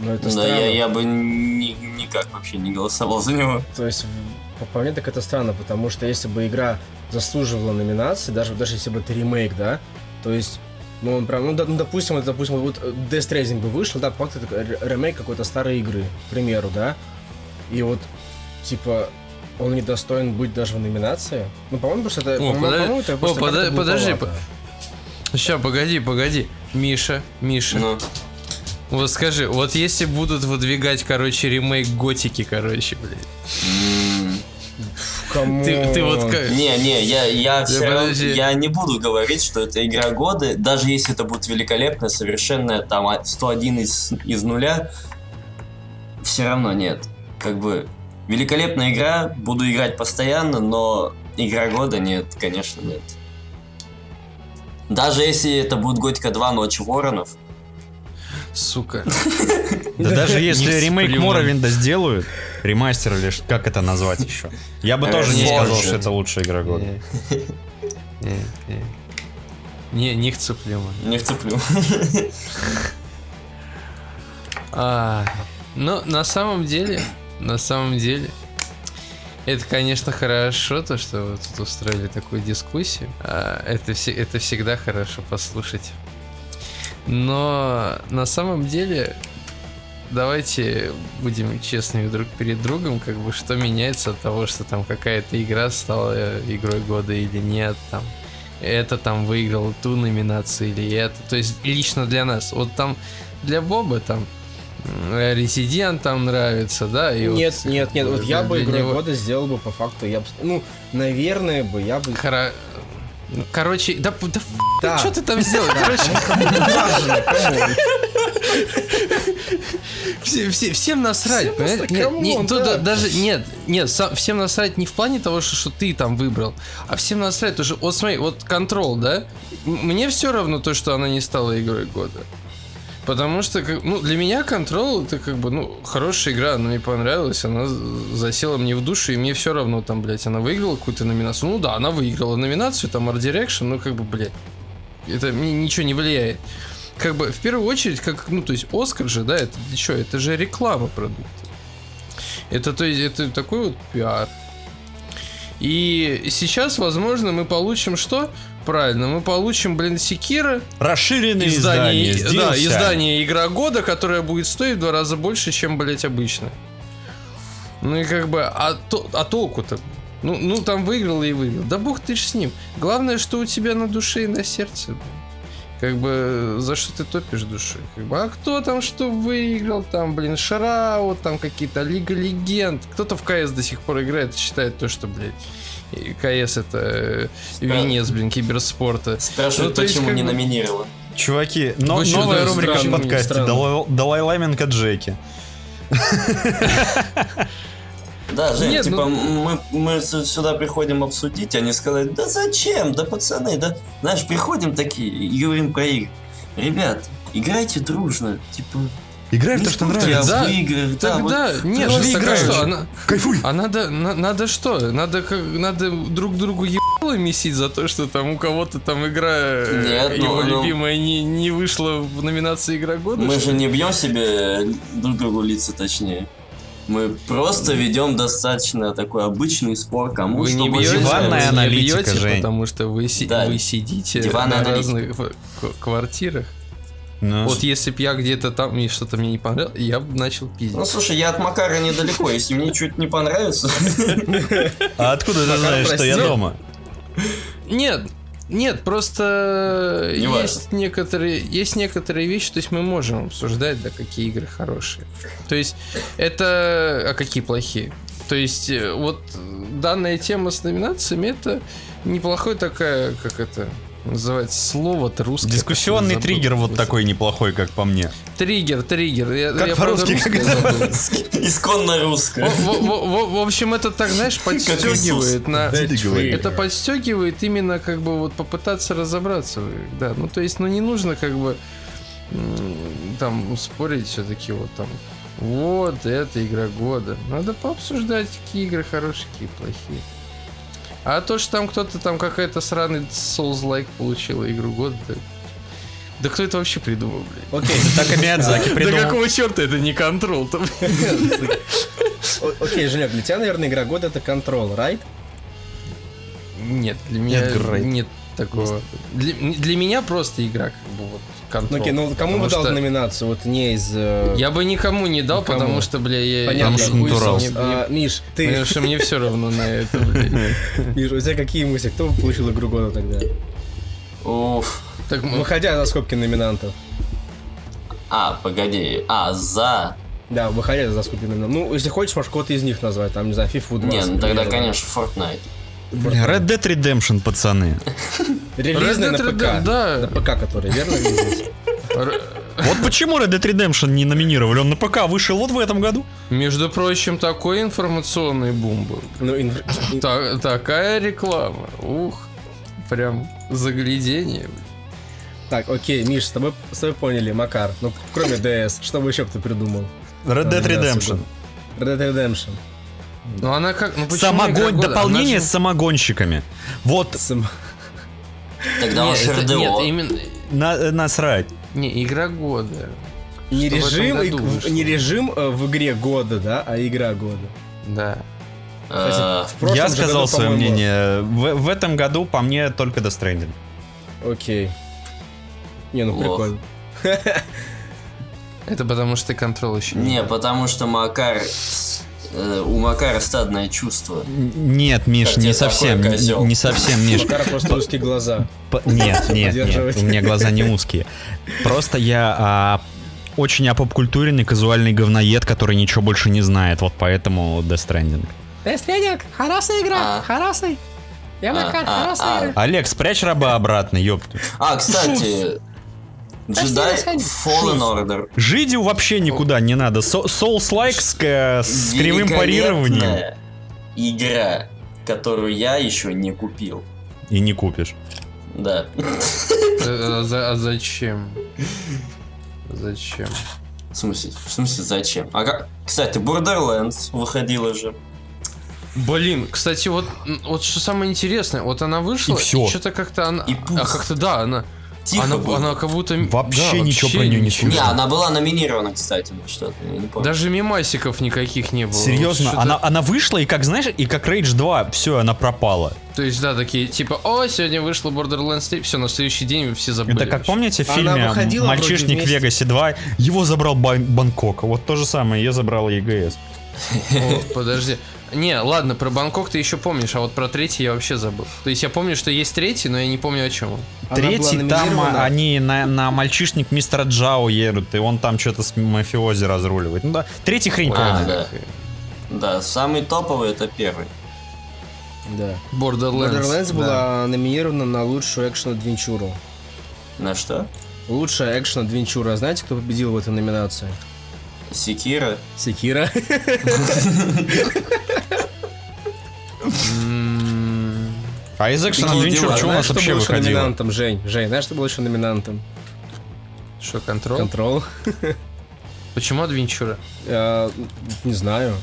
ну, это
Да,
странно.
я, я бы ни- никак вообще не голосовал за него.
То есть, в- по, по мне так это странно, потому что если бы игра заслуживала номинации, даже, даже если бы это ремейк, да, то есть, ну, он прям, ну, да- ну, допустим, вот, допустим, вот э, Death Stranding бы вышел, да, по факту это ре- ремейк какой-то старой игры, к примеру, да, и вот, типа, он не достоин быть даже в номинации. Ну, по-моему, просто это...
О,
по-моему,
подо-
по-моему, это
о,
просто
подо-
как-то
подожди,
глуповато.
Сейчас, погоди, погоди. Миша, Миша.
Ну,
Вот скажи, вот если будут выдвигать, короче, ремейк готики, короче, блядь.
м,
Камон.
Ты, ты вот как.
не, не, я, я, всё равно-
подожди.
я не буду говорить, что это игра года, даже если это будет великолепная, совершенная, там, а, 101 из, из нуля, все равно нет. Как бы, великолепная игра, буду играть постоянно, но игра года нет, конечно, нет. Даже если это будет Готика 2 Ночь Воронов,
Сука.
Да даже если
Есть
ремейк
плюнуть.
Моровинда сделают, ремастер или ш- как это назвать еще, я бы тоже
Э,
не сказал, что это лучшая игра года.
Не, не, не. Не, не вцеплю.
не вцеплю.
А, ну, на самом деле, на самом деле, это, конечно, хорошо, то, что вы тут устроили такую дискуссию. А, это, все, это всегда хорошо послушать. Но на самом деле, давайте будем честными друг перед другом, как бы что меняется от того, что там какая-то игра стала э, игрой года или нет, там это там выиграл ту номинацию или это. То есть лично для нас. Вот там для Боба там м, Resident там нравится, да? И вот-
Нет, нет, нет, вот я бы
для
игрой
него-
года сделал бы по факту, я бы, ну, наверное бы, я бы
Хоро- Короче, да, п- да, ф-
Да.
что ты там сделал? Короче,
Важно, камон.
все- все- всем насрать,
Всем
понимаешь?
насрать,
Нет,
камон,
не- тут
да.
даже нет, нет, сам- всем насрать не в плане того, что, что ты там выбрал, а всем насрать уже. Вот смотри, вот контрол, да? М- Мне все равно то, что она не стала игрой года. Потому что, как- ну, для меня Control это как бы, ну, хорошая игра, она мне понравилась, она з- засела мне в душу, и мне все равно там, блядь, она выиграла какую-то номинацию. Ну да, она выиграла номинацию, там Art Direction, ну как бы, блядь, это мне ничего не влияет. Как бы, в первую очередь, как, ну, то есть, Оскар же, да, это что, это же реклама продукта. Это, то есть, это такой вот пиар. И сейчас, возможно, мы получим что? Правильно, мы получим, блин, Секира,
Расширенное
издание,
издание.
да,
DLC.
издание Игра года, которое будет стоить в два раза больше, чем, блять, обычно. Ну и как бы, а, то- а толку-то? Ну, ну, там выиграл и выиграл. Да бог ты ж с ним. Главное, что у тебя на душе и на сердце. блин. Как бы, за что ты топишь души? Как бы, а кто там что выиграл? Там, блин, Шараут, там какие-то Лига Легенд. Кто-то в КС до сих пор играет и считает то, что, блядь, и КС это э, венец, блин, киберспорта.
Спрашивают,
Ну, то есть,
почему
как
не
бы-
номинировала.
Чуваки, но-
Очень
новая
даже
рубрика в
странно,
подкасте.
странно.
Далай- Далай-Ламенко Джеки.
Да, Жень,
Нет,
типа,
ну-
мы, мы с- сюда приходим обсудить, они сказали, да зачем, да пацаны, да, знаешь, приходим такие, и говорим про игры. Ребят, играйте дружно, типа,
Играй в
не
то, что
спорьте
нравится.
Да,
об играх, да, вот
Тогда нет,
Ты же
так
играешь.
что, она,
Кайфуй.
а надо, на- надо что? Надо как надо друг другу ебало месить за то, что там у кого-то там игра э,
Нет, ну,
его
ну.
любимая не, не вышла в номинации игра года.
Мы же
что ли?
не бьем себе друг другу лица, точнее. Мы просто ведем достатно такой обычный спор, кому
вы
что
не а
больше
бьете,
Диванная
нравится.
вы не
аналитика,
бьете,
Жень.
потому что вы, си-
Да.
вы сидите
Диванная
на
аналитика.
разных в- к- квартирах.
Ну,
Вот если бы я где-то там и что-то мне не понравилось, я бы начал пиздить.
Ну слушай, я от Макара недалеко, если мне что-то не понравится,
А откуда ты
Макар,
знаешь, что я
прости.
дома?
Нет, нет, просто
Не важно.
есть некоторые, есть некоторые вещи, то есть мы можем обсуждать, да, какие игры хорошие. То есть это... А какие плохие? То есть э, вот э, данная тема с номинациями это неплохое такая, как это называется, слово-то русское.
Дискуссионный
Забыл.
триггер вот такой неплохой, как по мне.
Триггер, триггер. Я,
Как
я, правда,
по-русски, как
русское забыл.
исконно
Во-
русское.
во- во- во- В общем, это так, знаешь, подстегивает на...
Ты
That's
говори.
free.
Это подстегивает именно как бы вот попытаться разобраться, в их, да. Ну то есть, ну не нужно как бы м, там спорить все-таки вот там. Вот это игра года. Надо пообсуждать, какие игры хорошие, какие плохие. А то, что там кто-то там какая-то сраный Souls-like получила игру года. Да, да кто это вообще придумал, блядь?
Окей.
Так и Миядзаки
Да
придумал.
какого черта это не контрол? там?
О- Окей, Женек, для тебя, наверное, игра года это Control, right?
Нет, для меня
Играй.
нет такого. Для, для меня просто игра как бы вот
Ну,
контрол.
Окей, ну кому
Потому
бы дал
что-
номинацию? Вот не из... э,
Я бы никому не дал,
Никому.
потому что, бля, я...
Понятно.
я
Потому что
хуй
натурал.
сам, мне-
А,
мне-
Миш, ты,
Потому что мне все равно на это, блядь.
Миш, у тебя какие мысли? Кто бы получил игру года тогда?
Уф.
Так, ну,
Выходя за скобки номинантов.
А, погоди, а, за.
Да, выходя за скобки номинантов. Ну, если хочешь, можешь кого-то из них назвать. Там, не знаю, FIFA 20.
Не, ну тогда,
примерно.
конечно, Fortnite.
Бля, Red Dead Redemption, пацаны.
Релизный
Red
на
Dead
ПК.
Redemption, да.
На ПК, который, верно? релизнулся?
р-
Вот почему Red Dead Redemption не номинировали? Он на ПК вышел вот в этом году.
между прочим, такой информационный бум был.
Ну, инф- ин-
Та- такая реклама. Ух, прям заглядение.
Так, окей, Миш, с тобой, с тобой поняли, Макар. Ну, кроме DS, что бы еще кто придумал?
Red Dead Redemption.
Red Dead Redemption.
Ну она как... Ну, почему игра
Самогон...
года?
Дополнение
Она
с
же-
самогонщиками. Вот
Сам-
Тогда он
Нет, это- Нет,
РДО.
именно...
на, э, насрать.
Не, игра года.
Не
Что в этом
режим, и-
году вышло?
не режим э, в игре года, да, а игра года.
Да.
Э,
В прошлом
Я
же
сказал
году,
свое
по-моему,
мнение. В, в этом году по мне только Death Stranding.
Окей. Не, ну
Лох.
прикольно.
Это потому что ты контрол еще
Не, потому что Макар... э, У Макара стадное чувство.
Н- Нет, Миш,
Как тебе
не
такой
совсем.
козёл?
н- Не совсем, Миш.
Макара просто узкие глаза.
П- Нет, нет, нет,
Поддерживать.
у меня глаза не узкие. Просто я а, очень опопкультуренный, казуальный говноед, который ничего больше не знает. Вот поэтому Death Stranding.
Бестренинг, хорошая игра,
А.
хороший. Я на
А,
карте
а,
раз
а.
играю.
Олег, спрячь раба обратно, ёпта.
А, кстати,
Да
Jedi
что расходи-
Fallen Order.
Жидю вообще никуда не надо. Со- Souls-like с, э, с кривым
Великолепная
парированием.
Игра, которую я еще не купил.
И не купишь.
Да.
А а за- а зачем? Зачем?
В смысле, в смысле, зачем? А как... Кстати, Borderlands выходила же.
Блин, кстати, вот, м, вот что самое интересное, вот она вышла,
И всё.
что-то как-то она...
И пух.
а, как-то да, она...
Тихо
она,
было.
она как будто...
Вообще
да,
ничего про неё не
ничего.
Не,
слышно.
она была номинирована, кстати, на что-то, я не помню.
Даже мимасиков никаких не было.
Серьезно,
Вот что-то-
она, она вышла, и как знаешь, и как Rage 2, все, она пропала.
То есть, да, такие, типа, о, сегодня вышла Borderlands 3, все, на следующий день все забыли.
Это как
вообще.
помните в
Она
фильме
выходила вроде
Мальчишник в
вместе.
Вегасе 2, его забрал Бан- Бангкок. Вот то же самое, ее забрала ЕГС.
О, подожди. Не, ладно, про Бангкок ты еще помнишь, а вот про третий я вообще забыл. То есть я помню, что есть третий, но я не помню о чем он.
Она
Третий
была
там а,
номинирована.
они на, на мальчишник мистера Джао едут, и он там что-то с мафиози разруливает. Ну да, третий хрень.
А,
по-моему.
да. Да, самый топовый это первый.
Да.
Borderlands.
Borderlands
да.
была номинирована на лучшую экшн-адвенчуру.
На что?
Лучшая экшн-адвенчура. Знаете, кто победил в этой номинации?
Секира.
Секира.
М,
А из Action
Такие
Adventure
дела.
что у
Знаешь,
нас
что
вообще
был еще
выходило?
номинантом, Жень? Жень, знаешь, что был еще номинантом?
Что, контроль?
Контрол.
Почему адвенчура?
Э, Не знаю.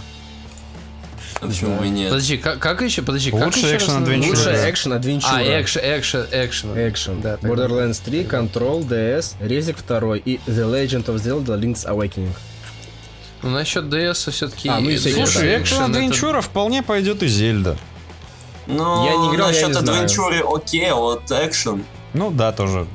А Почему
Да.
бы и нет?
Подожди, как, как еще? Подожди, как
Лучший
еще раз
экшен-адвенчура.
называется?
Лучшая
да.
экшн-адвенчура.
А, экшен, экшен, экшен.
Экшен.
Да, так.
Borderlands 3, Control, DS, Резик 2 и The Legend of Zelda Link's Awakening.
Ну, насчет DS все-таки...
А, ну и всякие,
Слушай,
Да,
Action Adventure вполне пойдет и Зельда.
Ну,
Я не играл, я
насчет
не знаю.
адвенчуры окей, а вот экшен.
Ну да, тоже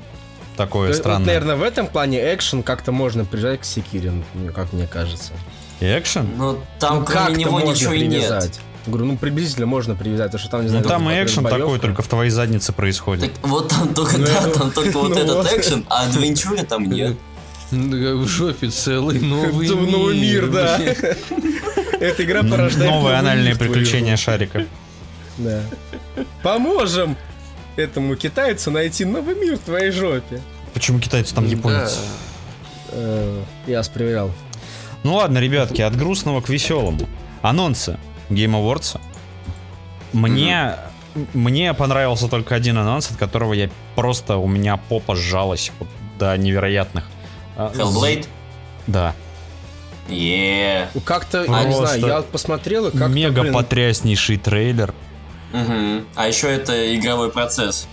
такое
Вот,
странное.
наверное, в этом плане экшен как-то можно прижать к Секире, ну, как мне кажется.
Экшен?
Ну, там
Ну,
кроме
как-то
него
можно
ничего и нет.
привязать. Говорю, ну приблизительно можно привязать, потому что там, не
Ну
знаю...
там и
какая-то
экшен такой,
боевка.
только в твоей заднице
Так
происходит.
вот там только,
Ну,
да,
я
там только вот
ну
этот
вот.
экшен, а адвенчуры там нет.
Ну, В жопе целый новый
Это
мир.
новый мир, да. Эта игра
Н-
порождает...
Новые
новый
анальные
мир твою.
приключения шарика.
Да. Поможем этому китайцу найти новый мир в твоей жопе.
Почему китайцы там японцы?
Да.
Э, Я спроверял.
Ну ладно, ребятки, от грустного к веселому. Анонсы Game Awards. Мне, мне понравился только один анонс, от которого я просто, у меня попа сжалась вот до невероятных. А,
Hellblade?
Да.
Е.
Ну, Как-то, я не
Просто
знаю, я поосмотрел и как-то,
Мега
блин,
потряснейший трейлер.
Мгм. А еще это игровой процесс.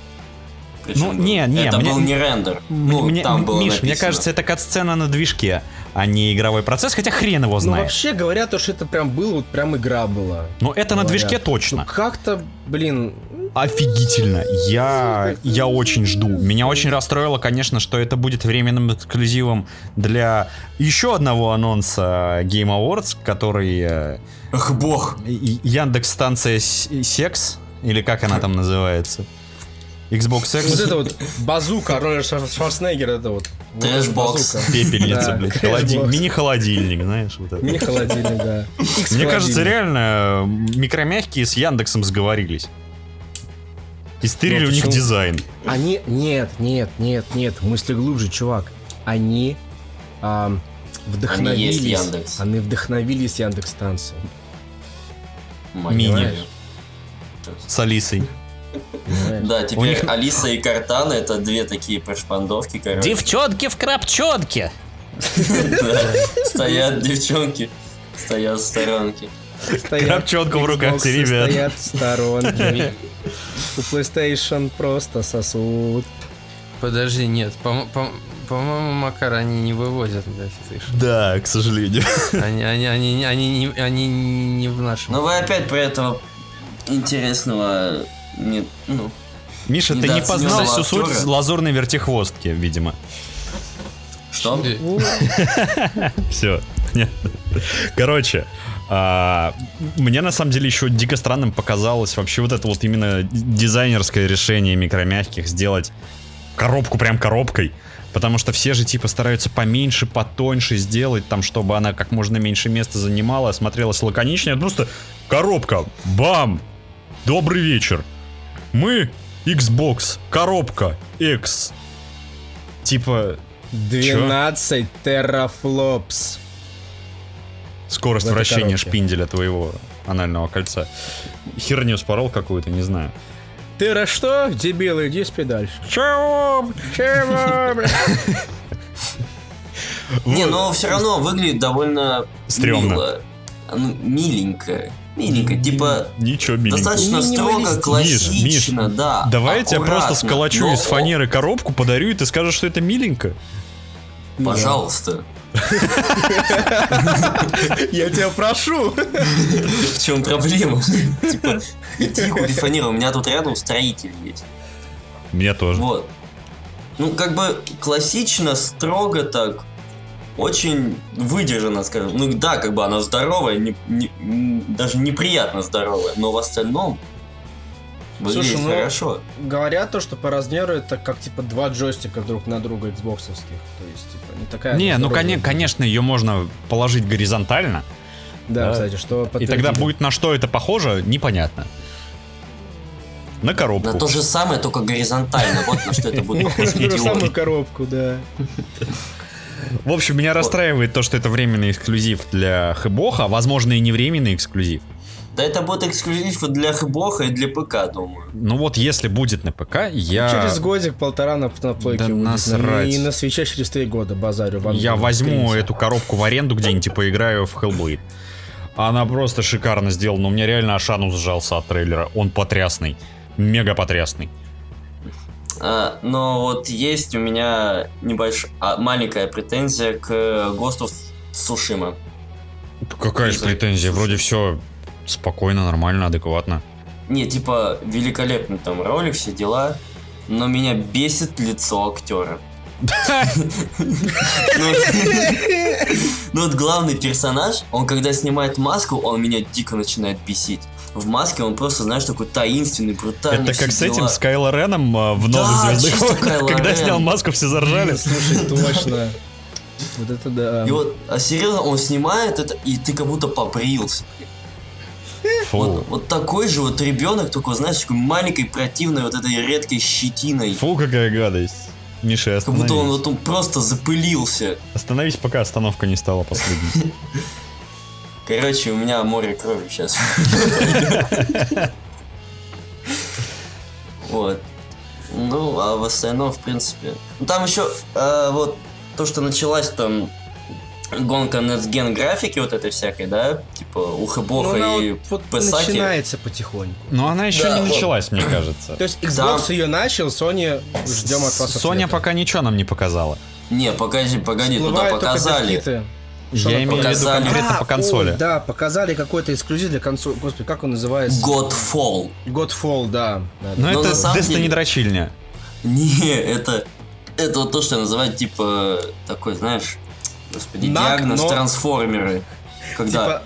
Ну, не, не,
это
мне-
был не рендер. Ну,
мне,
там было
Миш, мне
написано.
кажется, это кат-сцена на движке, а не игровой процесс, хотя хрен его
Ну,
знает.
вообще говорят, то, что это прям было, вот прям игра была.
Но это на
говорят.
движке
Ну,
точно.
как-то, блин,
Офигительно. Я, я очень жду. Меня очень расстроило, конечно, что это будет временным эксклюзивом для еще одного анонса Game Awards, который э,
Ах, бог.
и- Яндекс-станция С- Секс, или как она там называется? Xbox
вот
Sex,
это вот базука Арнольда Швар- Шварценеггера, это вот. вот эта
Трэшбокс.
базука.
пепельница,
Да,
блядь,
Xbox.
холоди- мини-холодильник, знаешь, вот это.
Мини холодильник, да.
Мне кажется,
X-холодильник.
реально э, микромягкие с Яндексом сговорились. Истырили
Ну,
у них
почему?
дизайн.
Они... Нет, нет, нет, нет. Мысли глубже, чувак. Они ам, вдохновились.
Они есть Яндекс.
Они вдохновились Яндекс станцией.
Мать
Мини.
моя.
С Алисой.
Да, теперь
них-
Алиса и Картана это две такие прошпандовки, короче.
Девчонки в крапчонке!
Да. Стоят девчонки, стоят в сторонке.
Стоят
Крапчонка в руках,
Xbox'ы,
ребят.
Стоят в сторонке. У PlayStation просто сосуд.
Подожди, нет, по- по- по-моему, Макар они не вывозят, блядь, этой ш-
Да, к сожалению.
Они, они, они, они, не, они не в нашем.
Ну,
Но Ну, вы опять про этого интересного не, ну,
Миша, ты не
Недооцененного
познал всю суть
актера.
лазурной вертихвостки, видимо.
что?
Э,
Все. Короче, а, мне на самом деле еще дико странным показалось вообще вот это вот именно дизайнерское решение микромягких сделать коробку прям коробкой. Потому что все же типа стараются поменьше, потоньше сделать, там, чтобы она как можно меньше места занимала, смотрелась лаконичнее. Просто коробка, бам, добрый вечер. Мы Xbox, коробка, X. Типа,
12 терафлопс.
скорость
В этой
вращения
коробке.
шпинделя твоего анального кольца. Херню спорол какую-то, не знаю.
Ты раз что, дебил, иди спи дальше.
Чего?
Чего, бля?
Не,
Ну,
но все равно выглядит довольно
Стрёмно.
мило. Ну, Миленько. Миленько. Типа,
Ничего, миленький.
достаточно строго,
Минималистично.
классично,
Миш,
да.
Давай я тебе просто
аккуратно,
сколочу
но-
из фанеры коробку, подарю, и ты скажешь, что это миленько.
Пожалуйста.
Я тебя прошу.
В чем проблема? Типа, иди купи фанеру, у меня тут рядом строитель есть.
Мне тоже.
Вот. Ну, как бы классично, строго так, очень выдержано, скажем. Ну да, как бы она здоровая, не- не- м, даже неприятно здоровая, но в остальном выглядит
Слушай, ну,
хорошо.
Говорят то, что по размеру это как типа два джойстика друг на друга Xboxовских. То есть, типа, не такая.
Не, ну
здоровая.
коне- конечно, ее можно положить горизонтально,
Да,
Да.
кстати, что
и тогда будет на что это похоже, непонятно. На
На
коробку.
то же самое, только горизонтально. Вот на что это будет похоже,
ту Ну, же самую
идиот.
коробку, да.
В общем, меня расстраивает то, что это временный эксклюзив для Хэбоха, а возможно, и не временный эксклюзив.
Да это будет эксклюзив и для Хбоха и для ПК, думаю.
Но Ну, вот если будет на ПК, я...
Через годик-полтора на, на плойке
А. Да
выйдет.
насрать.
И на свече через три года базарю. в
Я
Англии,
возьму
скиньте.
эту коробку в аренду где-нибудь и поиграю в Hellblade. Она просто шикарно сделана. У меня реально Ашану сжался от трейлера. Он потрясный. Мега потрясный.
А, но вот есть у меня небольшая, маленькая претензия к Госту Сушима.
Какая
Не
же
знаю.
претензия? Вроде все спокойно, нормально, адекватно.
Не, типа, великолепный там ролик, все дела. Но меня бесит лицо актера. Ну, Ну вот главный персонаж, он когда снимает маску, он меня дико начинает бесить. В маске он просто, знаешь, такой таинственный, брутальный.
Это как
все
с этим,
дела.
с Кайло Реном э, в
Да,
«Новых
чисто
звездных войнах».
Кайло
Когда
Рен.
снял маску, все заржали.
Блин, Слушай, точно. Вот это да.
И вот, а серьезно, он снимает это, и ты как будто побрился.
Фу.
Вот, вот такой же вот ребенок, только, знаешь, такой маленькой, противной вот этой редкой щетиной.
Фу, какая гадость. Миша,
Как будто он
остановись.
вот он просто запылился.
Остановись, пока остановка не стала последней.
Короче, у меня море крови сейчас. Вот. Ну, а в остальном, в принципе. Ну, там еще э, вот то, что началась там гонка нацген графики вот этой всякой, да? Типа у
Ну,
Хэбоха
она
и
вот- вот
Пэсаки.
начинается потихоньку.
Но она еще
Да,
не
вот.
началась, мне кажется.
То есть
Да.
Xbox ее начал, Sony ждем от вас.
Соня
ответа.
пока ничего нам не показала.
Не, погоди, погоди, туда
Всплывают только
показали.
дискиты. Что
Я
она
имею в виду
показала?
конкретно по
А,
консоли.
ой, да, показали какой-то эксклюзив для консоли. Господи, как он называется?
Godfall.
Godfall, да. да, да.
Но
Но
это
на самом
Destiny
деле-
дрочильня.
Не, это... Это вот то, что называют, типа, такой, знаешь, господи,
Наг,
диагноз
но-
трансформеры. Когда
Типа,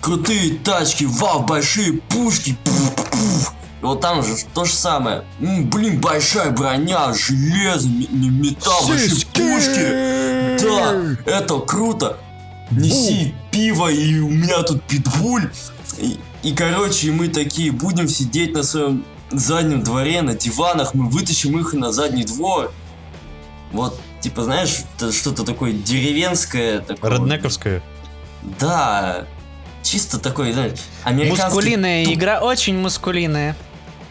крутые тачки, вау, большие пушки. пф, пф. И вот там же то же самое. М, блин, большая броня, железо, м- м- металл, большие пушки. Да, это круто. Неси пиво, и у меня тут питбуль. И, и, короче, мы такие будем сидеть на своем заднем дворе, на диванах, мы вытащим их на задний двор. Вот, типа, знаешь, это что-то такое деревенское. такое.
Роднековская.
Да, чисто такой, знаешь, американский, ту-
игра, очень мускулиная.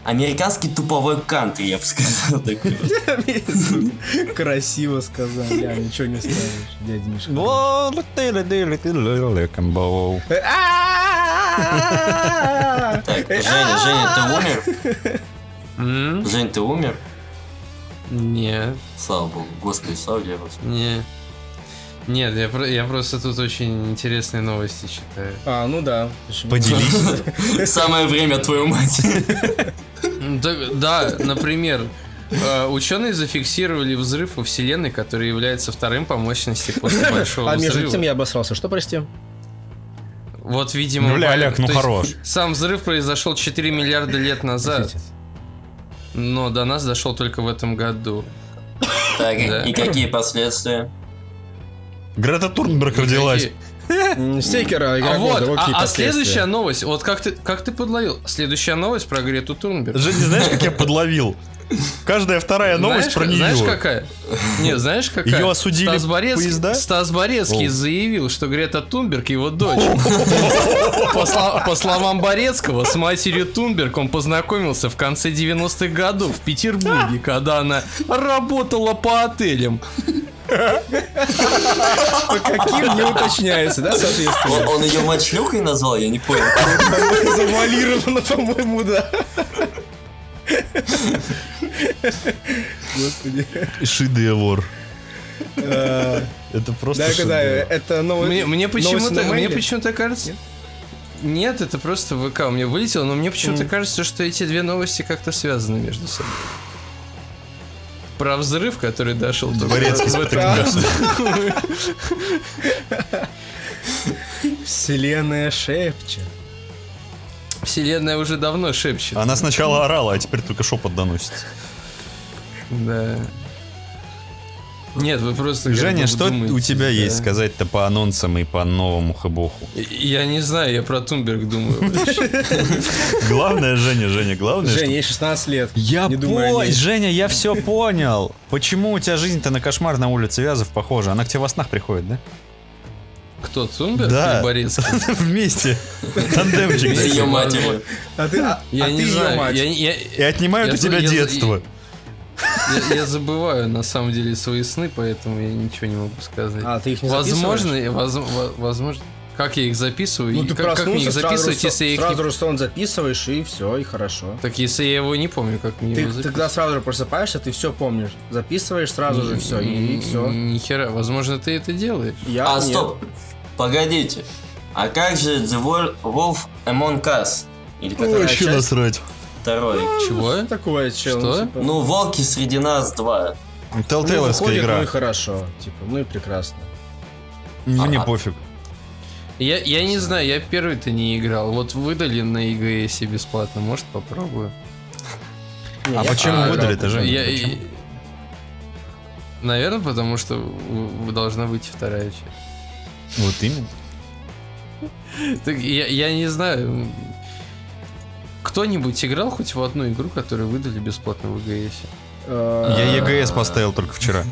американский туповой кантри, я бы сказал. такой.
красиво сказал. Я ничего не скажешь, дядя Миша. Э, а! А-а-а!
Так, Женя, Женя, ты умер?
М?
Жень, ты умер?
Нет,
Слава богу, господи, слава тебе, господи.
не. Нет, я, про- я просто тут очень интересные новости читаю.
А, ну да. почему?
Поделись.
Самое время, твою мать.
Ну, так- Да, например, э, ученые зафиксировали взрыв во Вселенной, который является вторым по мощности после большого
А между
взрыва.
тем я обосрался. Что, прости?
Вот, видимо,
Ну, бля, Олег, ну
то есть
хорош.
Сам взрыв произошел 4 миллиарда лет назад,
Простите.
но до нас дошел только в этом году.
Так,
Да.
и какие последствия?
Грета Турнберг родилась.
Никакие-
М, Стикера игра
А вот,
года, вот какие
а, а
последствия.
следующая новость, вот как ты, как ты подловил? Следующая новость про Грету Турнберг.
Женя, знаешь, как я подловил? Каждая вторая новость
знаешь,
про нее.
Знаешь, какая? Не, знаешь, какая?
Её осудили
Стас Борецкий,
поезда?
Стас Борецкий
О.
заявил, что Грета Тунберг его дочь. По сло- По словам Борецкого, с матерью Тунберг он познакомился в конце 90-х годов в Петербурге, когда она работала по отелям.
По каким не уточняется, да, соответственно?
Он, он ее мать шлюхой назвал, я не понял.
Завалировано, по-моему, да. Господи.
Шедевр. Э,
А,
Это просто
Да, да,
шедевр.
это новый...
Мне, мне
новости на
почему-то, мне
Мэйле.
почему-то кажется. Нет, это просто ВК у меня вылетело, но мне почему-то кажется, что эти две новости как-то связаны между собой. Про взрыв, который дошел до
Борецкий спотыкнулся.
Вселенная шепчет.
Вселенная уже давно шепчет.
Она сначала орала, а теперь только шепот доносится.
Да. Нет, вы просто... как
Женя,
бы
что
думаете,
у тебя
да.
есть сказать-то по анонсам и по новому хэбоху?
Я не знаю, я про Тунберг думаю.
Главное, Женя, Женя, главное,
Жень,
что-
ей 16 лет.
Я
не думай о
понял,
ней.
Женя, я все понял. Почему у тебя жизнь-то на кошмар на улице Вязов похожа? Она к тебе во снах приходит, да?
Кто, Тунберг
Да. А
или Борецкий?
Вместе. Тандемчик.
С
такой.
ее матерью.
А ты, а,
Я
а
не
ты её
знаю.
мать.
я- я-
И отнимают
Я
у тебя
за- я за-
детство.
Я, я забываю на самом деле свои сны, поэтому я ничего не могу сказать.
А, ты их не
возможно,
записываешь?
я- воз- во- возможно. Как я их записываю?
Ну
и
ты
как, как мне
проснулся,
их
сразу,
записывать, если я
Руслан-
их
сразу
не...
Руслан записываешь, и все, и хорошо.
Так если я его не помню, как мне его
Ты
записывать?
тогда сразу же просыпаешься, ты все помнишь. Записываешь сразу же все, и все.
Ни хера, возможно, ты это делаешь.
Я
А,
нет.
стоп. Погодите. А как же The Wol- Wolf Among Us? Или как
Ой,
это
щ-
Вообще насрать.
второй?
Ну,
Чего?
Такое, чел.
Что?
типа,
Ну, Волки среди нас два.
ну, выходит,
Телтейловская
Ну
игра.
и хорошо, типа, ну и прекрасно.
Мне
Ага.
пофиг.
Я, я не знаю, я первый-то не играл. Вот выдали на EGS бесплатно, может попробую.
А почему
А,
выдали-то,
да.
Женя?
Я-
Почему?
и- Наверное, потому что в- в- должна выйти вторая часть.
Вот именно.
Так я, я не знаю. Кто-нибудь играл хоть в одну игру, которую выдали бесплатно в EGS?
Я
Я
ЕГС поставил только вчера.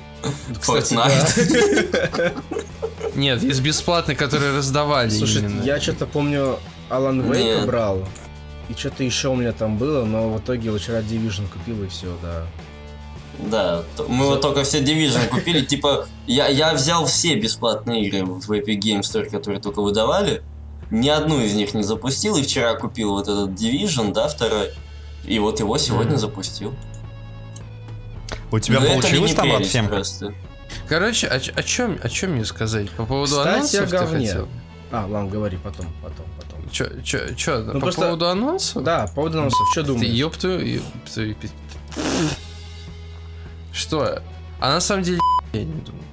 Fortnite.
Нет, из бесплатной, которые раздавали
Слушай,
именно.
я что-то помню, Алан Вейка
Нет.
брал. И что-то еще у меня там было, но в итоге вот вчера Division купил и все, да.
Да, то- мы вот только все Division купили. Типа, я, я взял все бесплатные игры в Epic Game Store, которые только выдавали. Ни одну из них не запустил. И вчера купил вот этот Division, да, второй. И вот его сегодня
Мгм.
запустил.
У тебя
Но Ну, это
получилось
не
там от
прелесть
всем?
просто.
Короче, о, ч- о чем, о чем мне сказать? По поводу
Кстати, о
анонсов ты
говне.
хотел?
А, ладно, говори потом, потом, потом.
Чё, чё, чё, по
Ну, просто-
поводу анонсов?
Да, по поводу анонсов, что
Ты
думаешь?
ёб твою- ёб твою пи- Что? А на самом деле я не думаю.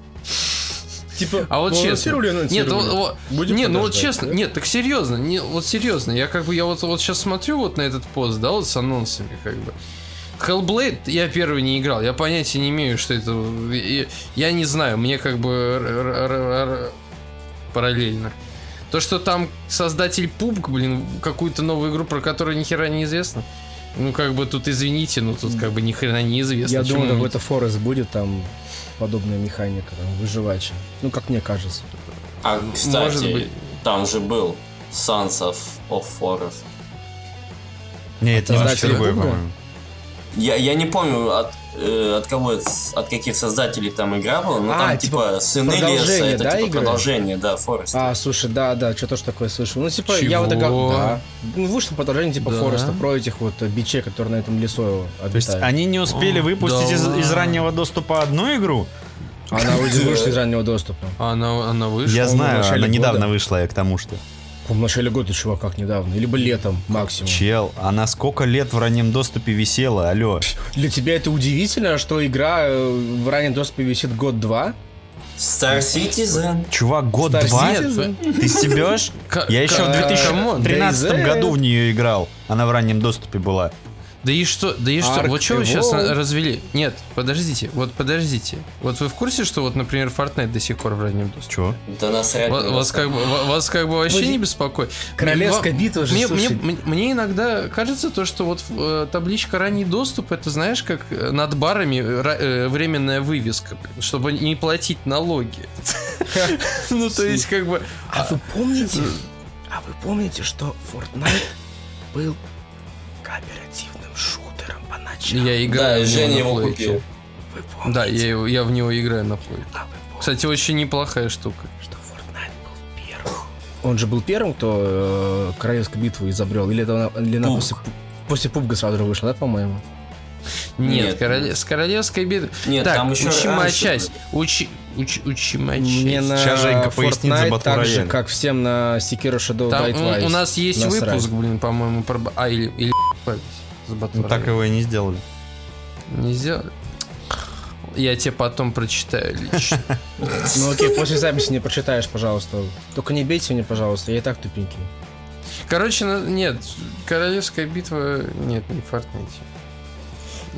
Типа,
А вот
ну,
честно.
анонсировали,
Нет,
анонсировали.
вот- вот-
Будем
не, ну вот
подождать,
честно,
да?
нет, так серьезно, не, вот серьезно, я как бы, я вот, вот сейчас смотрю вот на этот пост, да, вот с анонсами, как бы. Hellblade я первый не играл, я понятия не имею, что это, и- я не знаю, мне как бы р- р- р- р- параллельно. То, что там создатель пубк, блин, какую-то новую игру, про которую ни хера не известно. Ну, как бы тут извините, но тут как бы ни хрена не известно.
Я
Чему
думаю,
мне-
в это Форест будет там подобная механика, там, выживача. Ну, как мне кажется.
А, кстати,
может быть.
там же был Sons of, of Forest.
Нет, это немножко
Создатели
другое,
Бубга?
по-моему.
Я, я не помню, от, э, от кого, с- от каких создателей там игра была, но
А,
там
типа,
типа, сыны леса,
продолжение,
это
да,
типа
игры?
продолжение, да, Форест.
А, слушай, да, да, что тоже такое слышал. Ну, типа, я вот
Чего?
догад- да. Ну, вышло продолжение типа
Да.
Фореста про этих вот э, бичей, которые на этом лесу
То есть
обитают.
они не успели
О,
выпустить
да
из, из
ладно.
раннего доступа одну игру?
Она выйдет- вышла из раннего доступа.
А Она, она вышла?
я
в
знаю,
начале
она
года.
недавно вышла, я к тому что.
В начале года, чувак, как недавно. Либо летом максимум.
Чел, она сколько лет в раннем доступе висела, алло.
Для тебя это удивительно, что игра э, в раннем доступе висит год-два?
Star Citizen.
Чувак,
Star
год-два?
Citizen?
Ты стебешь?
Ка-
Я еще
ка-
в
камон,
да и
2013
за
году в нее играл. Она в раннем доступе была.
Да и что, да и что,
Арк
вот что вы
и
сейчас
Волк.
развели? Нет, подождите, вот подождите. Вот вы в курсе, что вот, например, Fortnite до сих пор в раннем доступе?
Чего?
Да насрать.
Вас,
мне
вас
на
как бы, ва- вас как бы вообще
Вы-
не беспокоит.
Королевская
Вам-
битва же,
мне,
слушай.
мне- мне иногда кажется то, что вот э, табличка ранний доступ, это знаешь, как э, над барами э, ра- э, временная вывеска, чтобы не платить налоги. Ну, то есть, как бы...
А вы помните? А вы помните, что Fortnite был кооперативным шутером поначалу?
Я
Да,
играю в него
Женя
на
его
плойке.
купил.
Вы помните?
Да, я, его- я в него играю на плойке.
А вы помните,
Кстати, очень неплохая штука.
что Fortnite был первым? Он же был первым, кто э, королевскую битву изобрел? Или это она, или она
Пуг.
после, пу- после пубга сразу вышла, да, по-моему?
Нет.
Нет, короле- с королевской битвой.
Нет,
так,
там еще
учи
раньше
мочась. Учи, учи, учи
Мне
мочась.
на
Сейчас Женька пояснит за
Fortnite
Battle
так
Royale.
же, как всем на Sekiro Shadow
Там
Die
у, у
Twice.
нас есть
Насрать.
выпуск, блин, по-моему, про... б- А, или... или б- с Battle
Ну, так
Royale.
его и не сделали.
Не сделали. Я тебе потом прочитаю лично.
Ну окей, после записи не прочитаешь, пожалуйста. Только не бейте меня, пожалуйста, я и так тупенький.
Короче, на- нет, королевская битва... Нет, не в Фортнайте.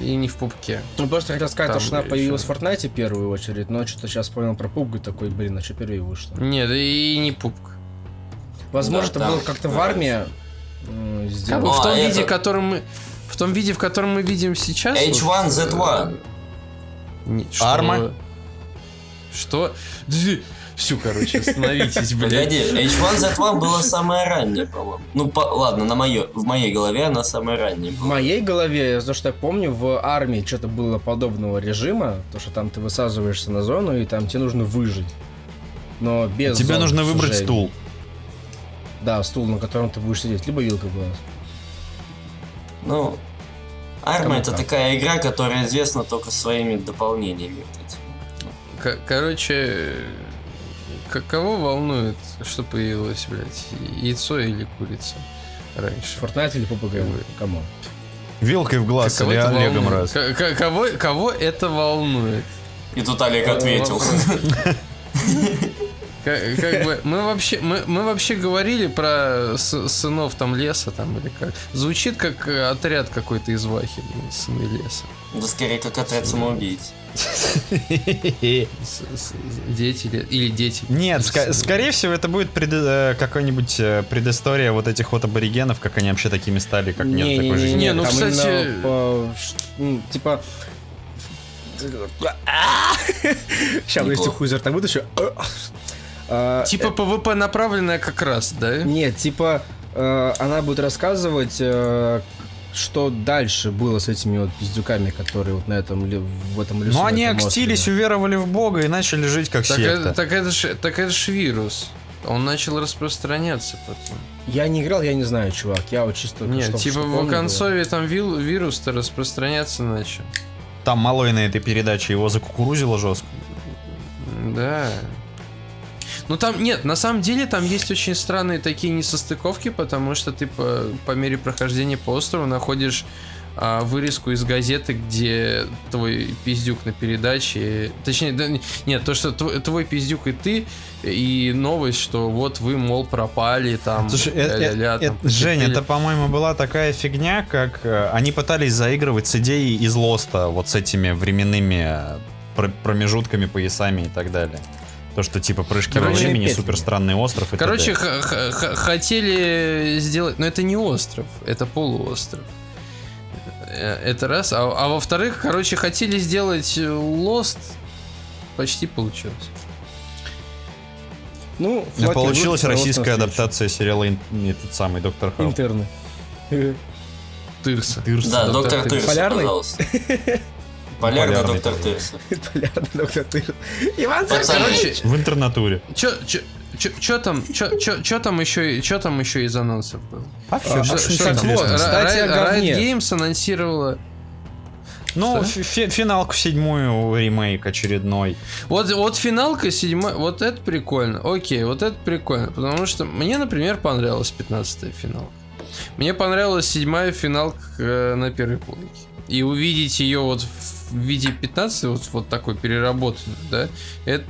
И не в Пупке.
Ну, просто хотел сказать,
Там
то, что она
еще-
появилась в Fortnite в первую очередь, но что-то сейчас понял про PUBG, такой, блин, а что первее вышло?
Нет, и не Пупка.
Возможно,
Да,
это
там
было как-то в
нравится.
армии м,
Как бы
сделано.
А,
в том
это-
виде, в котором мы... В том виде, в котором мы видим сейчас...
H1Z1.
вот, э, не- что-
Арма?
Что? Все, короче, остановитесь, блядь.
Погоди, H1Z1 была самая ранняя, по-моему. Ну, по- ладно, на моё- в моей голове она самая ранняя
В
была.
моей голове, за что я помню, в армии что-то было подобного режима, то, что там ты высаживаешься на зону, и там тебе нужно выжить. Но без
Тебе
зон
нужно выбрать
сужений.
стул.
Да, стул, на котором ты будешь сидеть, либо вилка была.
Ну, Арма
Кому
это
как.
такая игра, которая известна только своими дополнениями. вот этими.
К- короче, к- кого волнует, что появилось, блядь, яйцо или курица раньше?
Fortnite или PUBG? Кому?
Вилкой в глаз
Кого
или
это
Олегом
волнует?
раз.
К- к- кого, кого это волнует?
И тут Олег
Э,
ответил.
вопрос. К- Как, бы мы вообще мы, мы вообще говорили про с- сынов там леса там или как звучит как э, отряд какой-то из Вахи блин, сыны леса
Да скорее как отряд самоубийц.
С- с- дети ле- или дети
Нет, ска-
Сыны.
скорее всего, это будет преде- э, какой-нибудь э, предыстория вот этих вот аборигенов, как они вообще такими стали, как нет
Не-не-не-не,
такой жизни.
Не, ну,
там
кстати-
именно по- ш- м, Типа... Сейчас, если
Неплохо.
хуйзер так вытащу. А,
типа ПВП направленная как раз да
Нет, типа э, она будет рассказывать, э, что дальше было с этими вот пиздюками, которые вот на этом ле- в этом
Ну,
лесу.
Но
на
Ну, они
этом
окстились,
острове.
уверовали в Бога и начали жить как
Так
секта.
это, так это ж, так это ж вирус. Он начал распространяться потом.
Я не играл, я не знаю, чувак. Я вот чисто.
Нет,
что-
типа
что
в
помню
Оконцове там вил- вирус-то распространяться начал.
Там малой на этой передаче его закукурузило жестко.
Да. Ну там, нет, на самом деле там есть очень странные такие несостыковки, потому что ты по, по мере прохождения по острову находишь а, вырезку из газеты, где твой пиздюк на передаче, точнее, да, не- нет, то, что тв- твой пиздюк и ты, и новость, что вот вы, мол, пропали, там,
Слушай, э- э-
ля-ля-ля,
э,
там,
Жень,
потерпели.
это, по-моему, была такая фигня, как э, они пытались заигрывать с идеей из Лоста, вот с этими временными э, пр- промежутками, поясами и так далее. То, что типа прыжки во
Короче,
времени,
петли.
супер странный остров и
Короче,
т.д.
х- х- х- хотели сделать, но это не остров, это полуостров. Э, Это раз. А, а во-вторых, короче, хотели сделать э, лост, почти получилось.
Ну,
И
флаг
получилась
вернулся,
российская
вернулся на встречу.
адаптация сериала ин- этот самый Доктор Хаус.
Интерны.
Тырса.
Тырса.
Да,
Доктор
доктор
Тырса.
Тырса,
Полярный?
пожалуйста. Полярный
Полярный
доктор
такой.
Тырса.
Понятно, доктор Тыр. Иван
Пацаны,
Короче,
В интернатуре.
чё, чё, чё- чё там, чё, чё- чё там еще, чё там еще из анонсов было?
А
всё,
Что-
что
что
так
там?
вот,
Ра-
кстати, о
Riot
говне.
Games анонсировала.
Ну,
Что?
фи- финалку седьмую ремейк очередной.
Вот, вот финалка седьмая, вот это прикольно. Окей, вот это прикольно, потому что мне, например, понравилась 15 финалка. Мне понравилась седьмая финалка э, на первой полке. И увидеть ее вот в виде 15, вот, вот такой переработанной, да, это...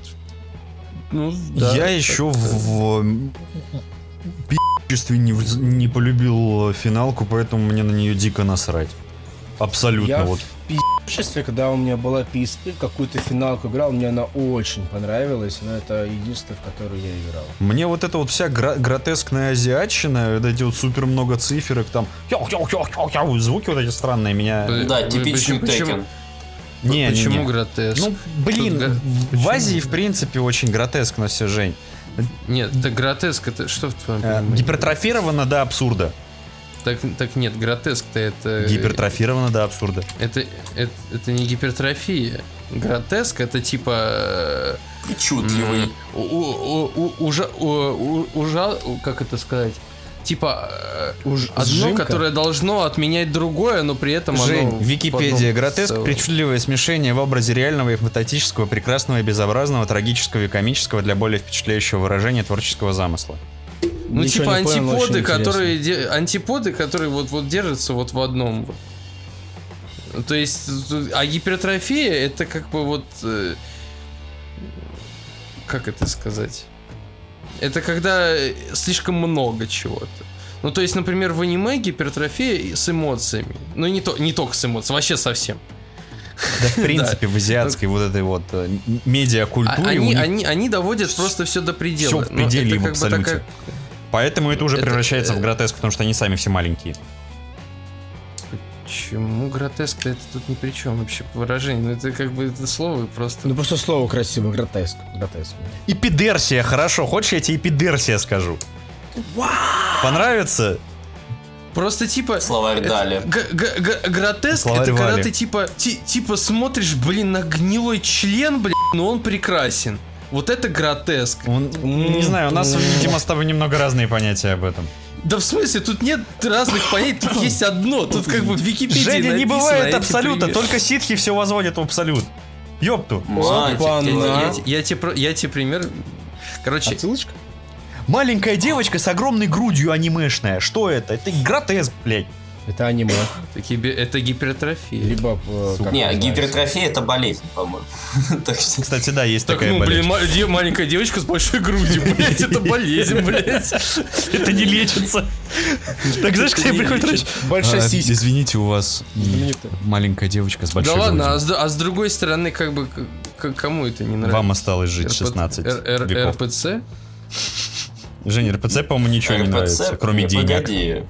Ну, да,
Я
так-то.
еще в, в пи***честве не, вз- не полюбил э, финалку, поэтому мне на нее дико насрать. Абсолютно
Я
вот.
в пи***честве, когда у меня была PSP, в какую-то финалку играл, мне она очень понравилась, но это единственное, в которую я играл.
Мне вот эта вот вся гра- гротескная азиатчина, вот эти вот супер много циферок, там яу, яу, яу, яу, яу, звуки вот эти странные меня...
Блин,
Да,
Вы
типичный
почему-
Tekken.
Не, не,
Почему
не.
гротеск?
Ну, блин,
Тут гра-
в- в
почему?
Азии, в принципе, очень гротескно все, Жень.
Нет, так гротеск это что в твоем
Э,
понимании?
Гипертрофировано до абсурда.
Так, так нет, гротеск-то это...
Гипертрофировано до абсурда.
Это, это, это не гипертрофия. Гротеск это типа... э,
Причудливый.
у- у- у- у- ужа- у- у- ужа- Как это сказать? Типа э,
Уж
одно, которое должно отменять другое, но при этом оно
Жень,
в
Википедия.
одном
Гротеск
целом.
причудливое смешение в образе реального и фантастического, прекрасного и безобразного, трагического и комического для более впечатляющего выражения творческого замысла.
Ну, типа антиподы, которые де- антиподы, которые вот вот держатся вот в одном. вот. То есть, э, а гипертрофия это как бы вот э, как это сказать? Это когда э, слишком много чего-то. Ну, то есть, например, в аниме гипертрофия и с эмоциями. Ну, не, то, не только с эмоциями, вообще совсем.
Да, в принципе, в азиатской вот этой вот э, м-
А-
медиакультуре у
они,
них
они, они доводят просто все до предела.
всё в
Ну,
пределе
это
и в
как бы
абсолюте.
такая-
Поэтому это уже
Это,
превращается в
э,
гротеск, потому что они сами все маленькие.
Почему гротеск-то это тут ни при чем вообще по выражению? Ну это как бы это слово просто.
Ну просто слово красивое, гротеск. гротеск.
Эпидерсия, хорошо. Хочешь, я тебе эпидерсия скажу? Понравится?
Просто типа.
Словарь
это-
дали.
г- г- г- Гротеск
Словарь
это когда
Вали.
ты типа ти- типа смотришь, блин, на гнилой член, блин, но он прекрасен. Вот это гротеск.
Он- не знаю, у нас, видимо, с тобой немного разные понятия об этом.
Да в смысле, тут нет разных понятий, тут есть одно. Тут как бы в Википедии
Женя, не
написано, а
бывает
эти
абсолюта,
примеры.
только ситхи все возводят в абсолют. Ёпту.
Мантик,
Опа,
ты
на.
Я,
ладно.
те- я тебе про- я тебе пример. Короче,
Отсылочка?
Маленькая девочка с огромной грудью анимешная. Что это? Это гротеск, блядь.
Это аниме.
такие би- это гипертрофия.
Либо... э, как
Не,
это называется?
гипертрофия это болезнь, по-моему. Так что
Кстати, да, есть
Так,
такая
ну,
болезнь.
блин, ма- де- маленькая девочка с большой грудью, блядь, это болезнь, блядь.
Это не лечится. Так знаешь, к тебе
не
приходит
лечится.
врач,
Большая
«А,
сиська.
Извините, у вас м,
Знаменитая.
маленькая девочка с большой
да ладно,
грудью.
а с, д- а с другой стороны, как бы к- к- кому это не нравится?
Вам осталось жить 16
Р- Р-
веков.
РПЦ?
Жень, РПЦ, по-моему, ничего не
РПЦ,
нравится, кроме
не,
денег.
Погоди.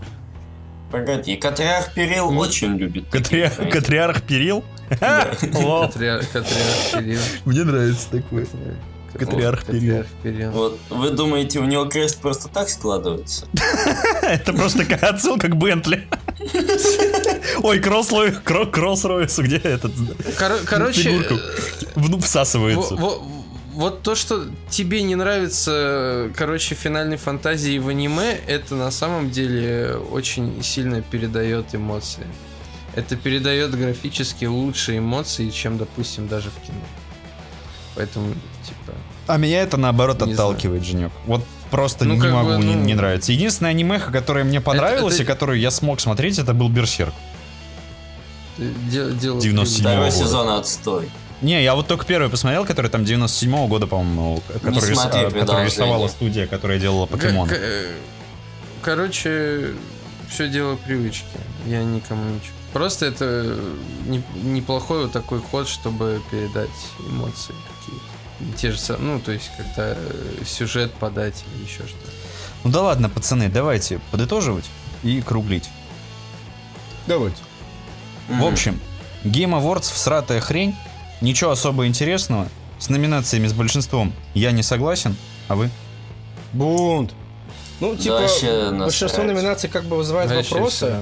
Погоди, Катриарх Перил очень любит. такие
Катриарх,
проекты.
Катриарх Перил? Ха, лол.
Патриарх- Патриарх Кирилл.
Мне нравится такое. Патриарх
Вот,
Кирилл.
Патриарх Кирилл.
Вот вы думаете, у него крест просто так складывается?
Это просто такая отсылка к Бентли. Ой, кросс Ройсу, где этот?
Коро- Короче,
Фигурку.
э,
Внук всасывается.
во- во- вот то, что тебе не нравится, короче, финальной фантазии в аниме, это на самом деле очень сильно передает эмоции. Это передает графически лучшие эмоции, чем, допустим, даже в кино. Поэтому, типа,
А меня это наоборот
Не
отталкивает, Женек. Вот просто
Ну,
не
как бы,
могу, не,
ну-
не нравится. Единственная анимеха, которая мне понравилась
это-
и которую я смог смотреть, это был Берсерк.
э, де- дело...
97.
Второй
года.
сезон отстой.
Не, я вот только первый посмотрел, который там 97-го года, по-моему, который, рис-
смотри
а, который
«Продолжение».
рисовала студия, которая делала
К-
покемон.
к- э, Короче, все дело привычки. Я никому ничего. Просто это э, не- неплохой вот такой ход, чтобы передать эмоции какие-то. Те же самые, ну, то есть, когда э, сюжет подать или еще что-то.
Ну да ладно, пацаны, давайте подытоживать и круглить.
Давайте.
В общем, Game Awards всратая хрень, ничего особо интересного. С номинациями с большинством я не согласен, а вы?
Бунт. Ну, типа,
вообще
большинство
насрать.
номинаций как бы вызывает
Дальше
вопросы.
всё.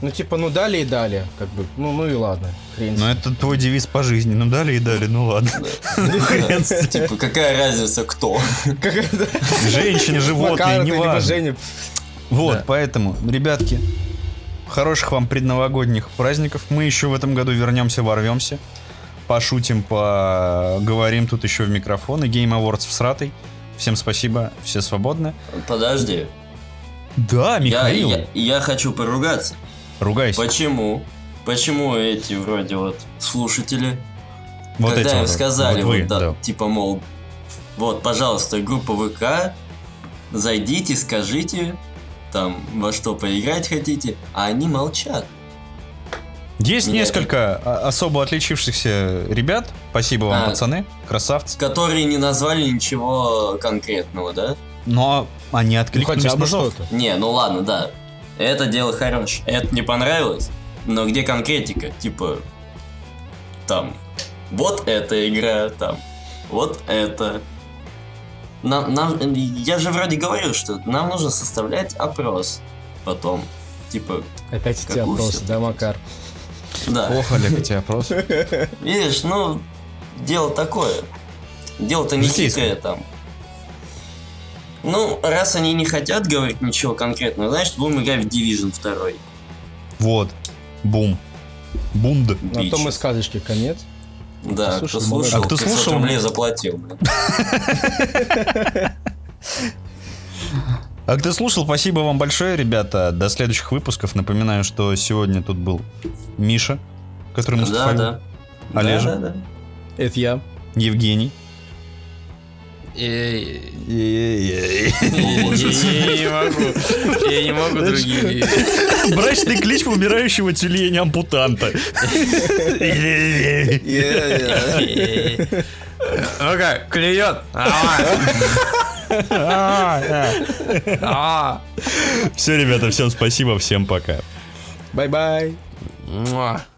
Ну, типа, ну далее и далее, как бы. Ну, ну и ладно. Хрен. с
Ну
ним.
это твой девиз по жизни, ну далее и далее, ну ладно. Хрен с ним.
Типа, какая разница кто?
Как это?
Женщины, животные,
Макар это,
не
либо
важно.
Женя.
Вот,
Да.
поэтому, ребятки, хороших вам предновогодних праздников. Мы еще в этом году вернемся, ворвемся. Пошутим, поговорим тут еще в микрофон. И Game Awards всратый. Всем спасибо, все свободны.
Подожди.
Да,
Я,
Михаил,
я, я хочу поругаться.
ругайся.
Почему? Почему эти вроде вот слушатели,
вот
когда
эти
им
вот,
сказали,
вот вы,
вот, да,
да.
типа, мол, вот, пожалуйста, группа ВК, зайдите, скажите, там, во что поиграть хотите, а они молчат.
Есть
Нет.
несколько а, особо отличившихся ребят. Спасибо вам,
А.
пацаны. Красавцы.
Которые не назвали ничего конкретного, да?
Но они
Ну,
откликнулись
хотя бы
на зов.
что-то.
Не, ну ладно, да. Это дело хорош. Это не понравилось. Но где конкретика? Типа, там, вот эта игра, там, вот это. Нам, нам- я же вроде говорил, что нам нужно составлять опрос потом. Типа,
Опять эти
Какую
опросы,
всё-таки?
да, Макар?
да.
Ох, Олег, эти опросы.
Видишь, ну, дело такое. Дело-то не
Житейское.
хитрое там. Ну, раз они не хотят говорить ничего конкретного, значит, будем играть в Division 2.
Вот. Бум. Бумд.
На
Бич.
том и а сказочки конец.
Да,
Слушай,
кто
ну,
слушал,
а кто
500
слушал?
рублей заплатил. блин.
А ты слушал, спасибо вам большое, ребята. До следующих выпусков. Напоминаю, что сегодня тут был Миша, который
Да,
Мустафаев,
да.
Олежа.
Да, да, да.
Это я.
Евгений.
Э,
Эй-эй-эй.
Я не могу. Я не могу другие.
Брачный клич умирающего тюленя ампутанта. Эй-эй-эй.
Ну-ка, э. клюет. э. А,
Все, ребята, всем спасибо, всем пока.
Бай-бай.
Муа.